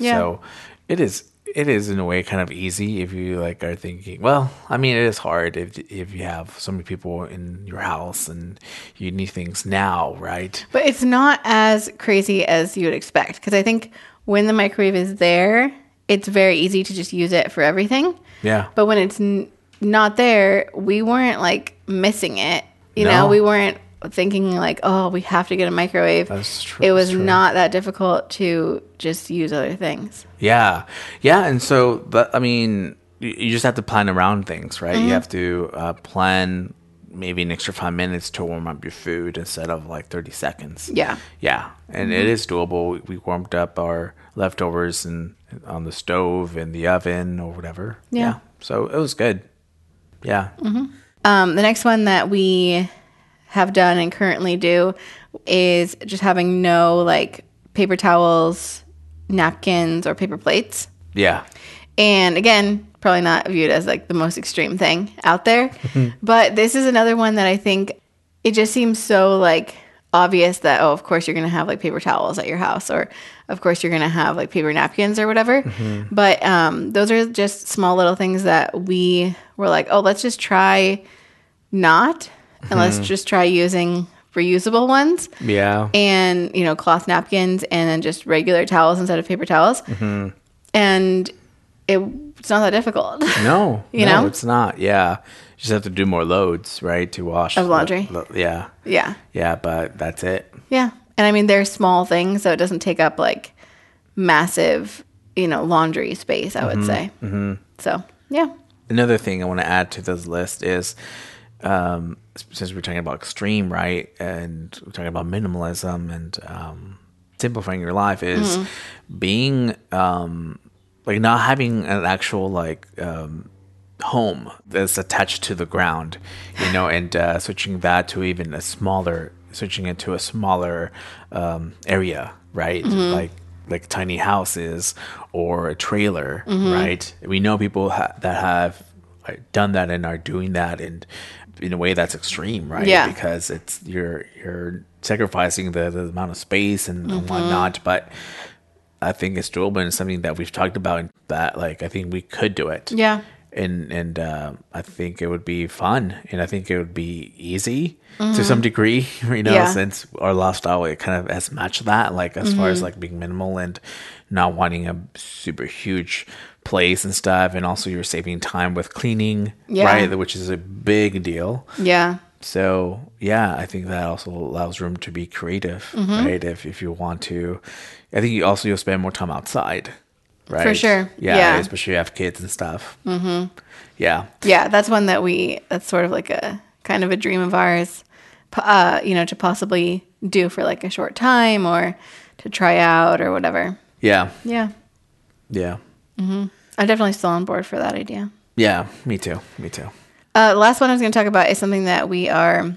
Yeah.
So it is it is in a way kind of easy if you like are thinking. Well, I mean, it is hard if if you have so many people in your house and you need things now, right?
but it's not as crazy as you would expect because I think when the microwave is there, it's very easy to just use it for everything.
Yeah.
But when it's n- not there, we weren't like missing it. You
No.
know, we weren't thinking like, oh, we have to get a microwave.
That's tr-
It was
true.
not that difficult to just use other things.
Yeah, yeah, and so that I mean, you, you just have to plan around things, right?
Mm-hmm.
You have to uh, plan maybe an extra five minutes to warm up your food instead of like thirty seconds.
Yeah. Mm-hmm.
yeah, and it is doable. We- We warmed up our leftovers and on the stove in the oven or whatever.
Yeah.
so it was good. Yeah,
Um, the next one that we have done and currently do is just having no like paper towels, napkins, or paper plates.
yeah,
And again, probably not viewed as like the most extreme thing out there. but this is another one that I think it just seems so like obvious that, oh, of course you're going to have like paper towels at your house, or of course you're going to have like paper napkins or whatever. But um, those are just small little things that we were like, oh, let's just try not, and let's just try using reusable ones
yeah.
and you know cloth napkins and then just regular towels instead of paper towels and it, it's not that difficult
no,
You
no,
know?
it's not. Yeah, you just have to do more loads, right? To wash
Of laundry.
Lo- lo- yeah,
yeah
yeah, but that's it.
yeah and i mean they're small things so it doesn't take up like massive you know laundry space i would say so yeah
another thing I want to add to this list is um, s- since we're talking about extreme, right, and we're talking about minimalism and um, simplifying your life is being um like not having an actual like um home that's attached to the ground you know and uh, switching that to even a smaller switching it to a smaller um area right like like tiny houses or a trailer right we know people ha- that have like, done that and are doing that and in a way that's extreme right
Yeah.
because it's you're you're sacrificing the, the amount of space and whatnot but I think it's doable and it's something that we've talked about and that like I think we could do it.
Yeah.
And and uh, I think it would be fun and I think it would be easy to some degree, you know,
Mm-hmm. Yeah.
since our lifestyle it kind of has matched that, like as far
Mm-hmm.
as like being minimal and not wanting a super huge place and stuff and also you're saving time with cleaning,
Yeah.
right? Which is a big deal.
Yeah.
So yeah, I think that also allows room to be creative,
Mm-hmm.
right? If if you want to, I think you also you'll spend more time outside, right?
sure.
Yeah,
Yeah.
especially if you have kids and stuff. Mm-hmm. Yeah,
Yeah, that's one that we that's sort of like a kind of a dream of ours, p- uh, you know, to possibly do for like a short time or to try out or whatever.
yeah,
Yeah.
yeah,
I'm definitely still on board for that idea.
yeah. Me too. Me too.
Uh, the last one I was going to talk about is something that we are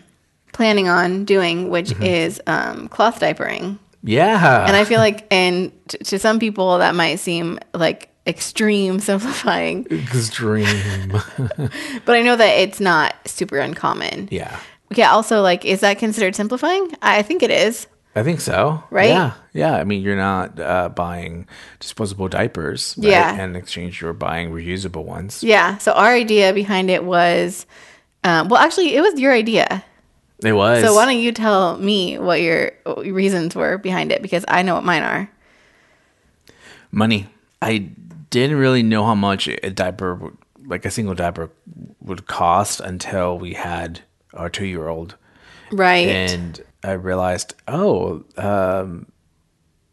planning on doing, which
Mm-hmm.
is um, cloth diapering.
Yeah.
And I feel like, and t- to some people, that might seem like extreme simplifying,
Extreme.
but I know that it's not super uncommon.
yeah,
Yeah, also, like, is that considered simplifying? I I think it is.
I think so.
Right?
Yeah, yeah. I mean, you're not uh, buying disposable diapers. right?
Yeah.
And in exchange, you're buying reusable ones.
Yeah. So our idea behind it was, um, well, actually, it was your idea.
It was.
So why don't you tell me what your what your reasons were behind it? Because I know what mine are.
money. I didn't really know how much a diaper, would- like a single diaper, would cost until we had our two year old.
Right.
And I realized, oh, um,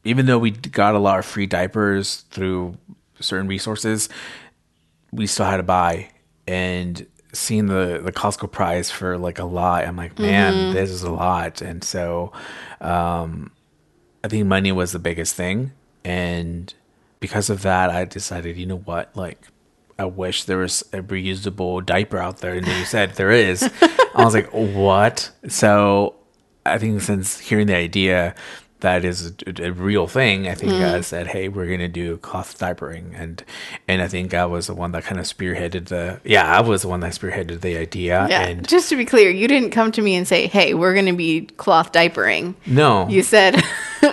even though we got a lot of free diapers through certain resources, we still had to buy. And seeing the, the Costco price for like a lot, I'm like, man, this is a lot. And so I think money was the biggest thing. And because of that, I decided, you know what? Like, I wish there was a reusable diaper out there. And then you said there is. I was like, what? So I think since hearing the idea that is a, a real thing, I think
Mm-hmm.
I said, hey, we're going to do cloth diapering. And, and I think I was the one that kind of spearheaded the, yeah, I was the one that spearheaded the idea.
Yeah.
And
Just to be clear, you didn't come to me and say, "Hey, we're going to be cloth diapering."
no,
You said,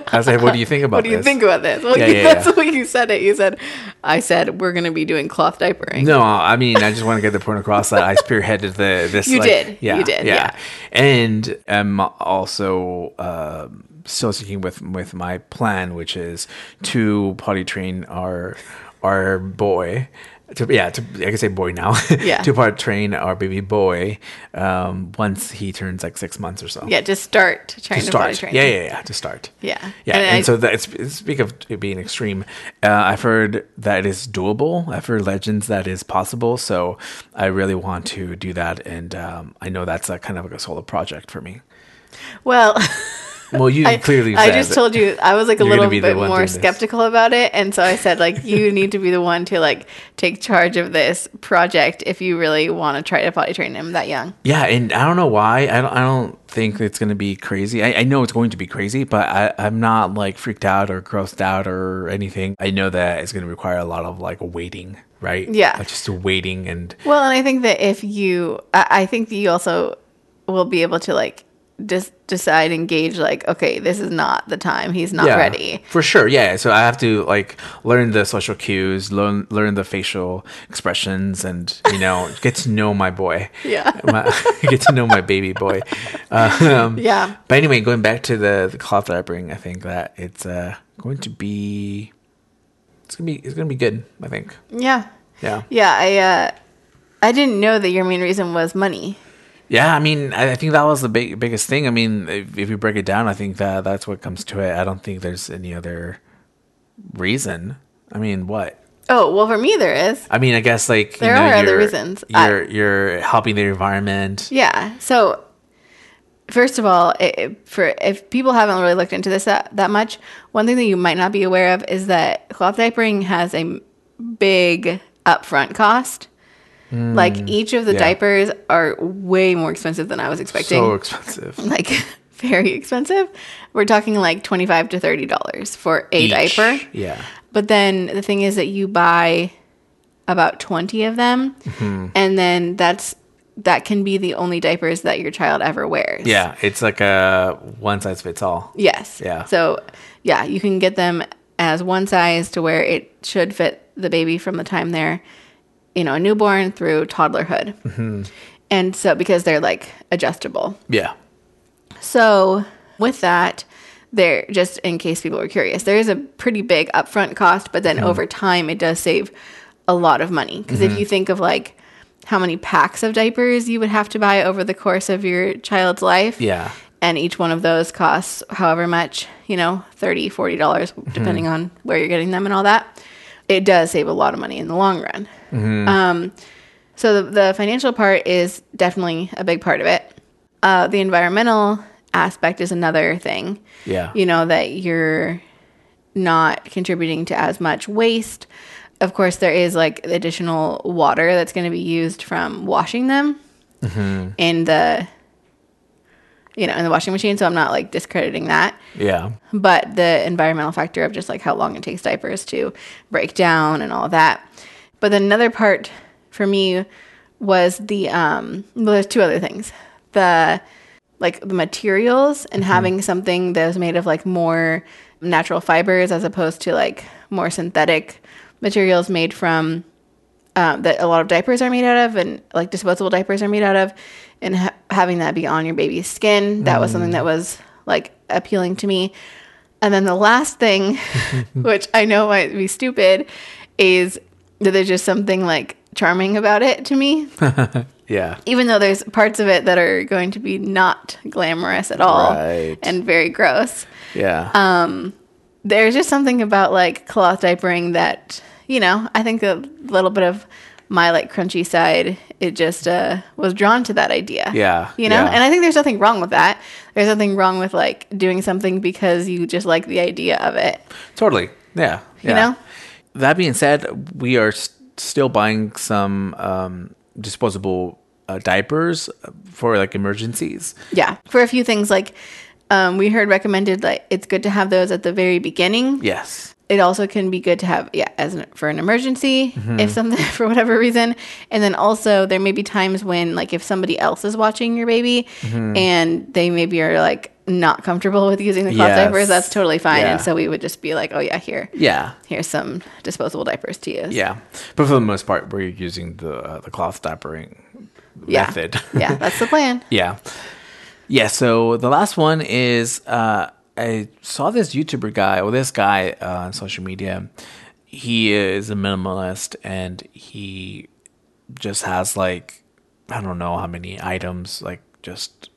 I said, what do you think about
"What do you
this?
think about this?" Well,
Yeah,
you-
yeah, yeah.
that's what you said. It. You said, "I said we're going to be doing cloth diapering."
No, I mean, I just want to get the point across that I spearheaded the this.
You
like-
did. You did, yeah.
And I'm also um still sticking with with my plan, which is to potty train our our boy. To, yeah, to, I can say boy now.
Yeah.
to potty train our baby boy um, once he turns like six months or so.
Yeah, just start trying
To
to, body
start.
train.
Yeah, yeah, yeah. To start.
Yeah.
Yeah,
And
and,
I-
so that it's speak of it being extreme. Uh, I've heard that it is doable. I've heard legends that is possible. So I really want to do that, and um, I know that's a kind of a solo project for me.
Well.
Well, you clearly.
I
said
just told you I was like a
You're gonna
little
be the
bit
one
more
doing this.
skeptical about it, and so I said like you need to be the one to like take charge of this project if you really want to try to potty train him that young.
Yeah, and I don't know why. I don't. I don't think it's going to be crazy. I, I know it's going to be crazy, but I, I'm not like freaked out or grossed out or anything. I know that it's going to require a lot of like waiting, right?
Yeah.
like, just waiting and
Well, and I think that if you, I, I think that you also will be able to like just decide and gauge like okay, this is not the time. He's not ready.
For sure, yeah. So I have to like learn the social cues, learn learn the facial expressions, and you know get to know my boy.
Yeah.
My- get to know my baby boy. Um,
Yeah.
But anyway, going back to the the cloth that I bring, I think that it's uh, going to be it's gonna be it's gonna be good. I think.
Yeah.
Yeah.
Yeah. I uh, I didn't know that your main reason was money.
Yeah, I mean, I I think that was the big, biggest thing. I mean, if, if you break it down, I think that that's what comes to it. I don't think there's any other reason. I mean, what?
Oh well, for me there is.
I mean, I guess like
There are other
you're-
reasons. I-
You're you're helping the environment.
Yeah. So First of all, it, for if people haven't really looked into this that, that much, one thing that you might not be aware of is that cloth diapering has a big upfront cost. like each of the
Hmm, yeah.
diapers are way more expensive than I was expecting.
So expensive.
like very expensive. We're talking like 25 to 30 dollars for a
Each.
diaper.
Yeah.
But then the thing is that you buy about 20 of them
Mm-hmm.
and then that's that can be the only diapers that your child ever wears.
Yeah. It's like a one size fits all.
Yes.
Yeah.
So, yeah, you can get them as one size to where it should fit the baby from the time they're, you know, a newborn through toddlerhood.
Mm-hmm.
And so, because they're like adjustable.
Yeah.
So, with that, there, just in case people were curious, there is a pretty big upfront cost, but then over time, it does save a lot of money. Because if you think of like how many packs of diapers you would have to buy over the course of your child's life,
Yeah.
and each one of those costs however much you know 30 40 dollars depending on where you're getting them and all that it does save a lot of money in the long run um, so the, the financial part is definitely a big part of it uh, the environmental aspect is another thing
Yeah.
you know that you're not contributing to as much waste of course there is like additional water that's going to be used from washing them in the you know in the washing machine so i'm not like discrediting that
Yeah.
but the environmental factor of just like how long it takes diapers to break down and all of that but then another part for me was the um well there's two other things the like the materials and having something that was made of like more natural fibers as opposed to like more synthetic materials made from um, that a lot of diapers are made out of and like disposable diapers are made out of and ha- having that be on your baby's skin that was something that was like appealing to me and then the last thing which i know might be stupid is that there's just something like charming about it to me
Yeah.
even though there's parts of it that are going to be not glamorous at all
Right.
and very gross
Yeah.
Um, there's just something about like cloth diapering that you know i think a little bit of my like crunchy side it just uh was drawn to that idea
Yeah,
you know
yeah.
and i think there's nothing wrong with that there's nothing wrong with like doing something because you just like the idea of it
Totally. Yeah.
You
yeah.
know?
That being said, we are s- still buying some um, disposable uh, diapers for like emergencies.
yeah for a few things like um, we heard recommended like it's good to have those at the very beginning
Yes.
it also can be good to have yeah as an, for an emergency
Mm-hmm.
if something for whatever reason and then also there may be times when like if somebody else is watching your baby
Mm-hmm.
and they maybe are like not comfortable with using the cloth
Yes.
diapers that's totally fine
Yeah.
and so we would just be like oh yeah here
Yeah.
here's some disposable diapers to use
Yeah. But for the most part, we're using the uh, the cloth diapering
Yeah.
method.
yeah that's the plan
Yeah. Yeah. So the last one is uh, I saw this YouTuber guy or this guy uh, on social media. He is a minimalist and he just has like, I don't know how many items, like just,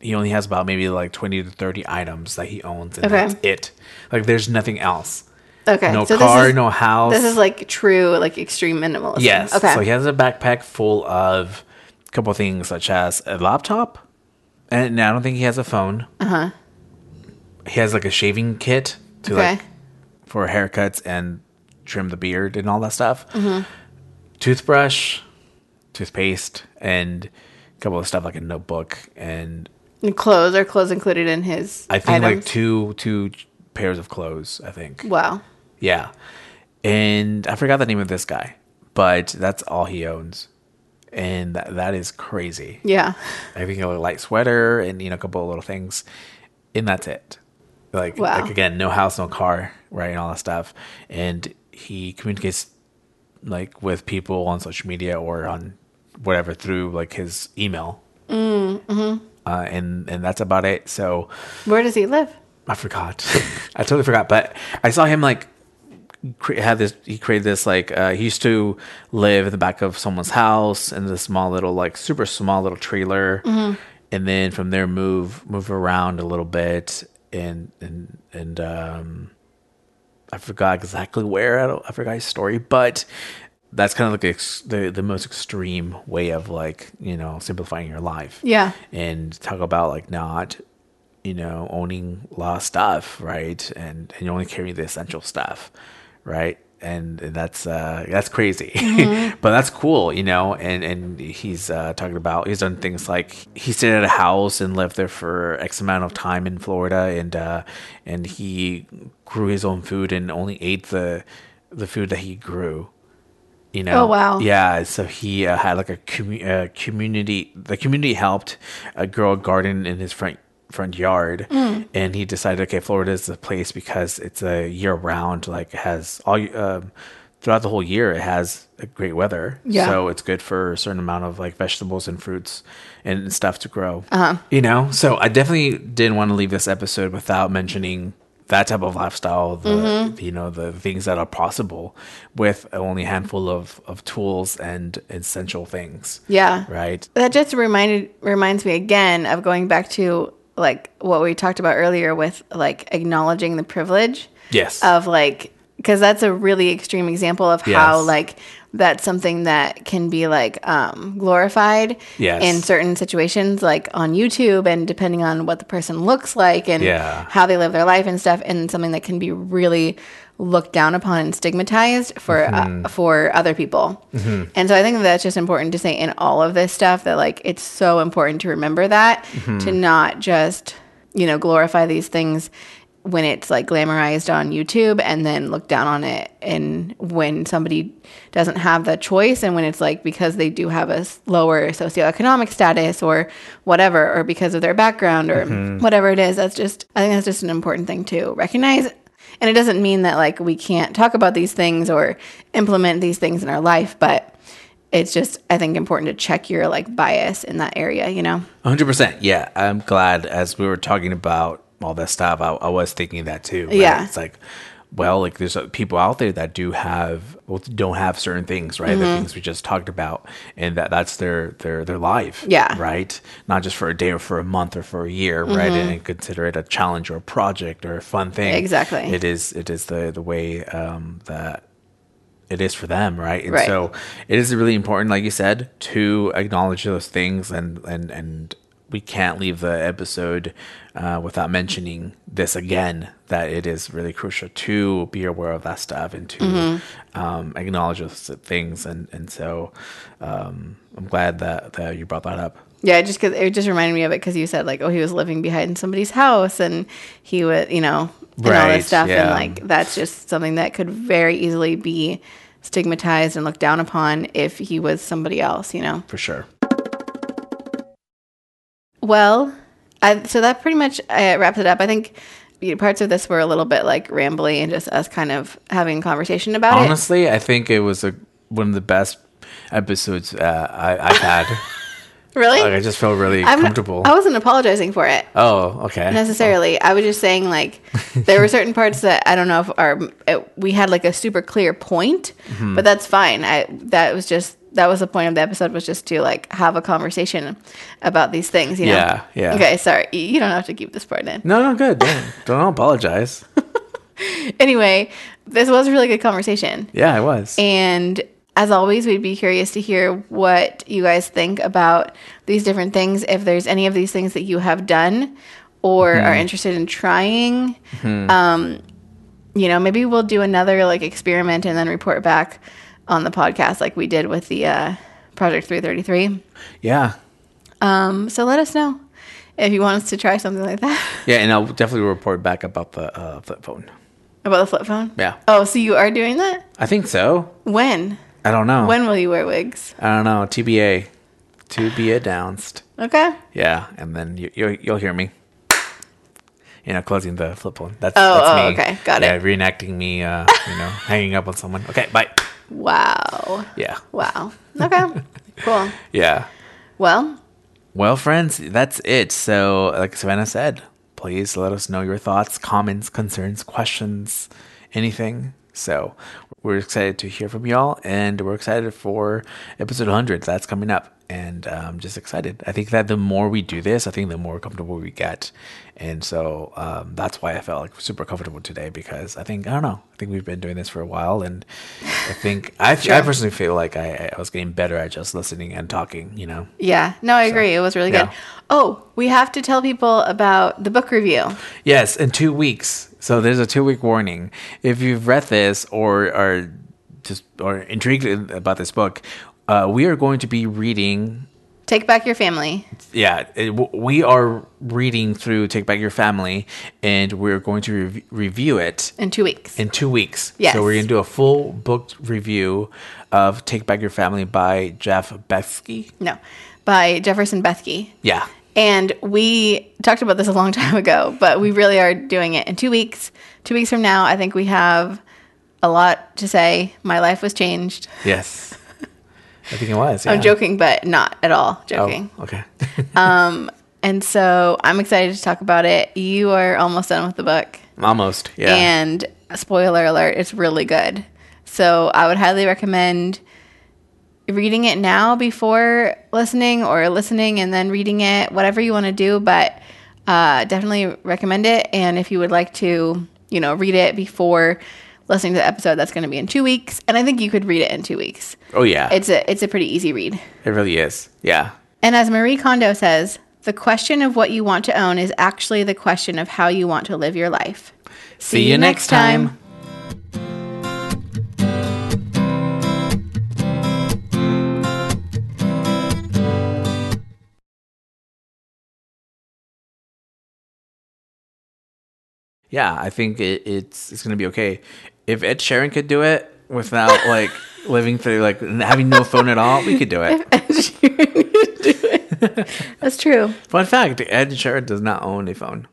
he only has about maybe like 20 to 30 items that he owns and
Okay.
that's it. Like there's nothing else.
okay
No
this
car,
is-
no house.
this is like true like extreme minimalism
Yes.
okay
So he has a backpack full of a couple things such as a laptop, and I don't think he has a phone. Uh huh.
Uh-huh.
He has like a shaving kit to
okay
like for haircuts and trim the beard and all that stuff.
Mm-hmm.
Toothbrush, toothpaste, and a couple of stuff like a notebook and
and clothes are clothes included in his
I think like
items?
two two pairs of clothes. I think.
wow
Yeah. And I forgot the name of this guy, but that's all he owns. And that, that is crazy.
yeah
I think a little light sweater and, you know, a couple of little things. And that's it. Like,
Wow.
like again, no house, no car, right? And all that stuff. And he communicates like with people on social media or on whatever through like his email. Uh, and, and that's about it. So,
where does he live
I forgot. I totally forgot. But I saw him like cre- had this. He created this like uh, he used to live in the back of someone's house in this small little like super small little trailer, and then from there move move around a little bit and and and um, I forgot exactly where I, don't, I forgot his story, but that's kind of like ex- the the most extreme way of like you know simplifying your life.
Yeah.
and talk about like not you know owning a lot of stuff, right? And and you only carrying the essential stuff, right? And, and that's uh that's crazy,
Mm-hmm.
but that's cool, you know. And and he's uh, talking about he's done things like he stayed at a house and lived there for X amount of time in Florida, and uh, and he grew his own food and only ate the the food that he grew you know
Oh, wow.
yeah so he uh, had like a commu- uh, community the community helped uh, grow a garden in his front front yard
Mm.
and he decided okay florida is the place because it's a uh, year round like it has all um, throughout the whole year it has uh, great weather
Yeah.
so it's good for a certain amount of like vegetables and fruits and stuff to grow uh-huh. you know so i definitely didn't want to leave this episode without mentioning that type of lifestyle, the you know the things that are possible with only a handful of of tools and essential things.
Yeah.
Right.
That just reminded reminds me again of going back to like what we talked about earlier with like acknowledging the privilege
Yes.
of like because that's a really extreme example of how
Yes.
like that's something that can be like um, glorified
Yes.
in certain situations like on youtube and depending on what the person looks like and
Yeah.
how they live their life and stuff and something that can be really looked down upon and stigmatized for
Mm-hmm.
uh, for other people and so i think that's just important to say in all of this stuff that like it's so important to remember that
Mm-hmm.
to not just you know glorify these things when it's like glamorized on YouTube and then look down on it and when somebody doesn't have the choice and when it's like because they do have a s- lower socioeconomic status or whatever or because of their background or whatever it is that's just I think that's just an important thing to recognize and it doesn't mean that like we can't talk about these things or implement these things in our life but it's just I think important to check your like bias in that area you know
hundred percent. Yeah, I'm glad as we were talking about all that stuff, I, I was thinking that too. right?
Yeah.
it's like, well, like there's uh, people out there that do have, well, don't have certain things, right?
Mm-hmm.
The things we just talked about, and that that's their their their life.
Yeah.
right. Not just for a day or for a month or for a year, right?
Mm-hmm.
And consider it a challenge or a project or a fun thing.
Exactly.
It is. It is the the way um, that it is for them, right? And
Right.
so it is really important, like you said, to acknowledge those things, and and and we can't leave the episode uh, without mentioning this again. That it is really crucial to be aware of that stuff and to
Mm-hmm.
um, acknowledge those things, and and so um, I'm glad that that you brought that up.
Yeah, just because it just reminded me of it because you said like, oh, he was living behind somebody's house and he was, you know, and all
Right,
this stuff,
yeah.
and like that's just something that could very easily be stigmatized and looked down upon if he was somebody else, you know.
For sure.
Well, I, so that pretty much uh, wraps it up. I think you know, parts of this were a little bit like rambly and just us kind of having a conversation about it.
Honestly, I think it was a, one of the best episodes uh, I, I've had.
Really,
like, I just felt really
I'm-
comfortable.
I wasn't apologizing for it.
oh, okay.
necessarily. I was just saying like there were certain parts that I don't know if are it, we had like a super clear point,
Mm-hmm.
but that's fine. I that was just that was the point of the episode was just to like have a conversation about these things. You know?
Yeah, yeah.
Okay, sorry. You- You don't have to keep this part in.
No, no, good. Don't, don't apologize.
Anyway, this was a really good conversation.
Yeah, I was.
And as always, we'd be curious to hear what you guys think about these different things. If there's any of these things that you have done or are interested in trying, um, you know, maybe we'll do another like experiment and then report back on the podcast like we did with the uh, Project 333.
yeah.
Um, so let us know if you want us to try something like that
Yeah, and I'll definitely report back about the uh, flip phone.
about the flip phone.
Yeah.
Oh, so you are doing that?
I think so.
When?
I don't know.
When will you wear wigs?
I don't know. TBA. To be announced.
Okay.
Yeah, and then you, you'll, you'll hear me. You know, closing the flip phone. That's,
Oh,
that's
oh,
me.
okay. Got
yeah,
it.
reenacting me, uh, you know, hanging up on someone. Okay, bye.
Wow.
Yeah.
Wow. Okay. cool.
Yeah.
Well,
Well, friends, that's it. So, like Savannah said, please let us know your thoughts, comments, concerns, questions, anything. So, we're excited to hear from y'all, and we're excited for episode 100 that's coming up. and um, just excited. I think that the more we do this, I think the more comfortable we get, and so um, that's why I felt like super comfortable today because I think I don't know. I think we've been doing this for a while, and I think I, I personally feel like I, I was getting better at just listening and talking. You know,
Yeah. No, I agree. It was really
yeah.
good. Oh, we have to tell people about the book review.
yes, in two weeks. So there's a two week warning. If you've read this or are just or intrigued about this book, uh, we are going to be reading
Take back your family.
yeah, it, w- we are reading through Take Back Your Family, and we're going to rev- review it
in two weeks.
in two weeks.
Yes.
So we're going to do a full booked review of Take Back Your Family by Jeff Bethke.
no, by Jefferson Bethke.
Yeah.
And we talked about this a long time ago, but we really are doing it in two weeks. Two weeks from now, I think we have a lot to say. My life was changed.
Yes. I think it was.
I'm
yeah.
joking, but not at all joking.
Oh, okay.
And so I'm excited to talk about it. You are almost done with the book.
Almost. Yeah.
And spoiler alert, it's really good. So I would highly recommend reading it now before listening or listening and then reading it, whatever you want to do, but uh, definitely recommend it. And if you would like to, you know, read it before listening to the episode, that's going to be in two weeks. And I think you could read it in two weeks.
oh, yeah.
It's a, it's a pretty easy read.
it really is. Yeah.
And as Marie Kondo says, the question of what you want to own is actually the question of how you want to live your life.
See, you next time. Yeah, I think it, it's it's gonna be okay. If Ed Sheeran could do it without like living through like having no phone at all, we could do it.
That's true.
Fun fact: Ed Sheeran does not own a phone.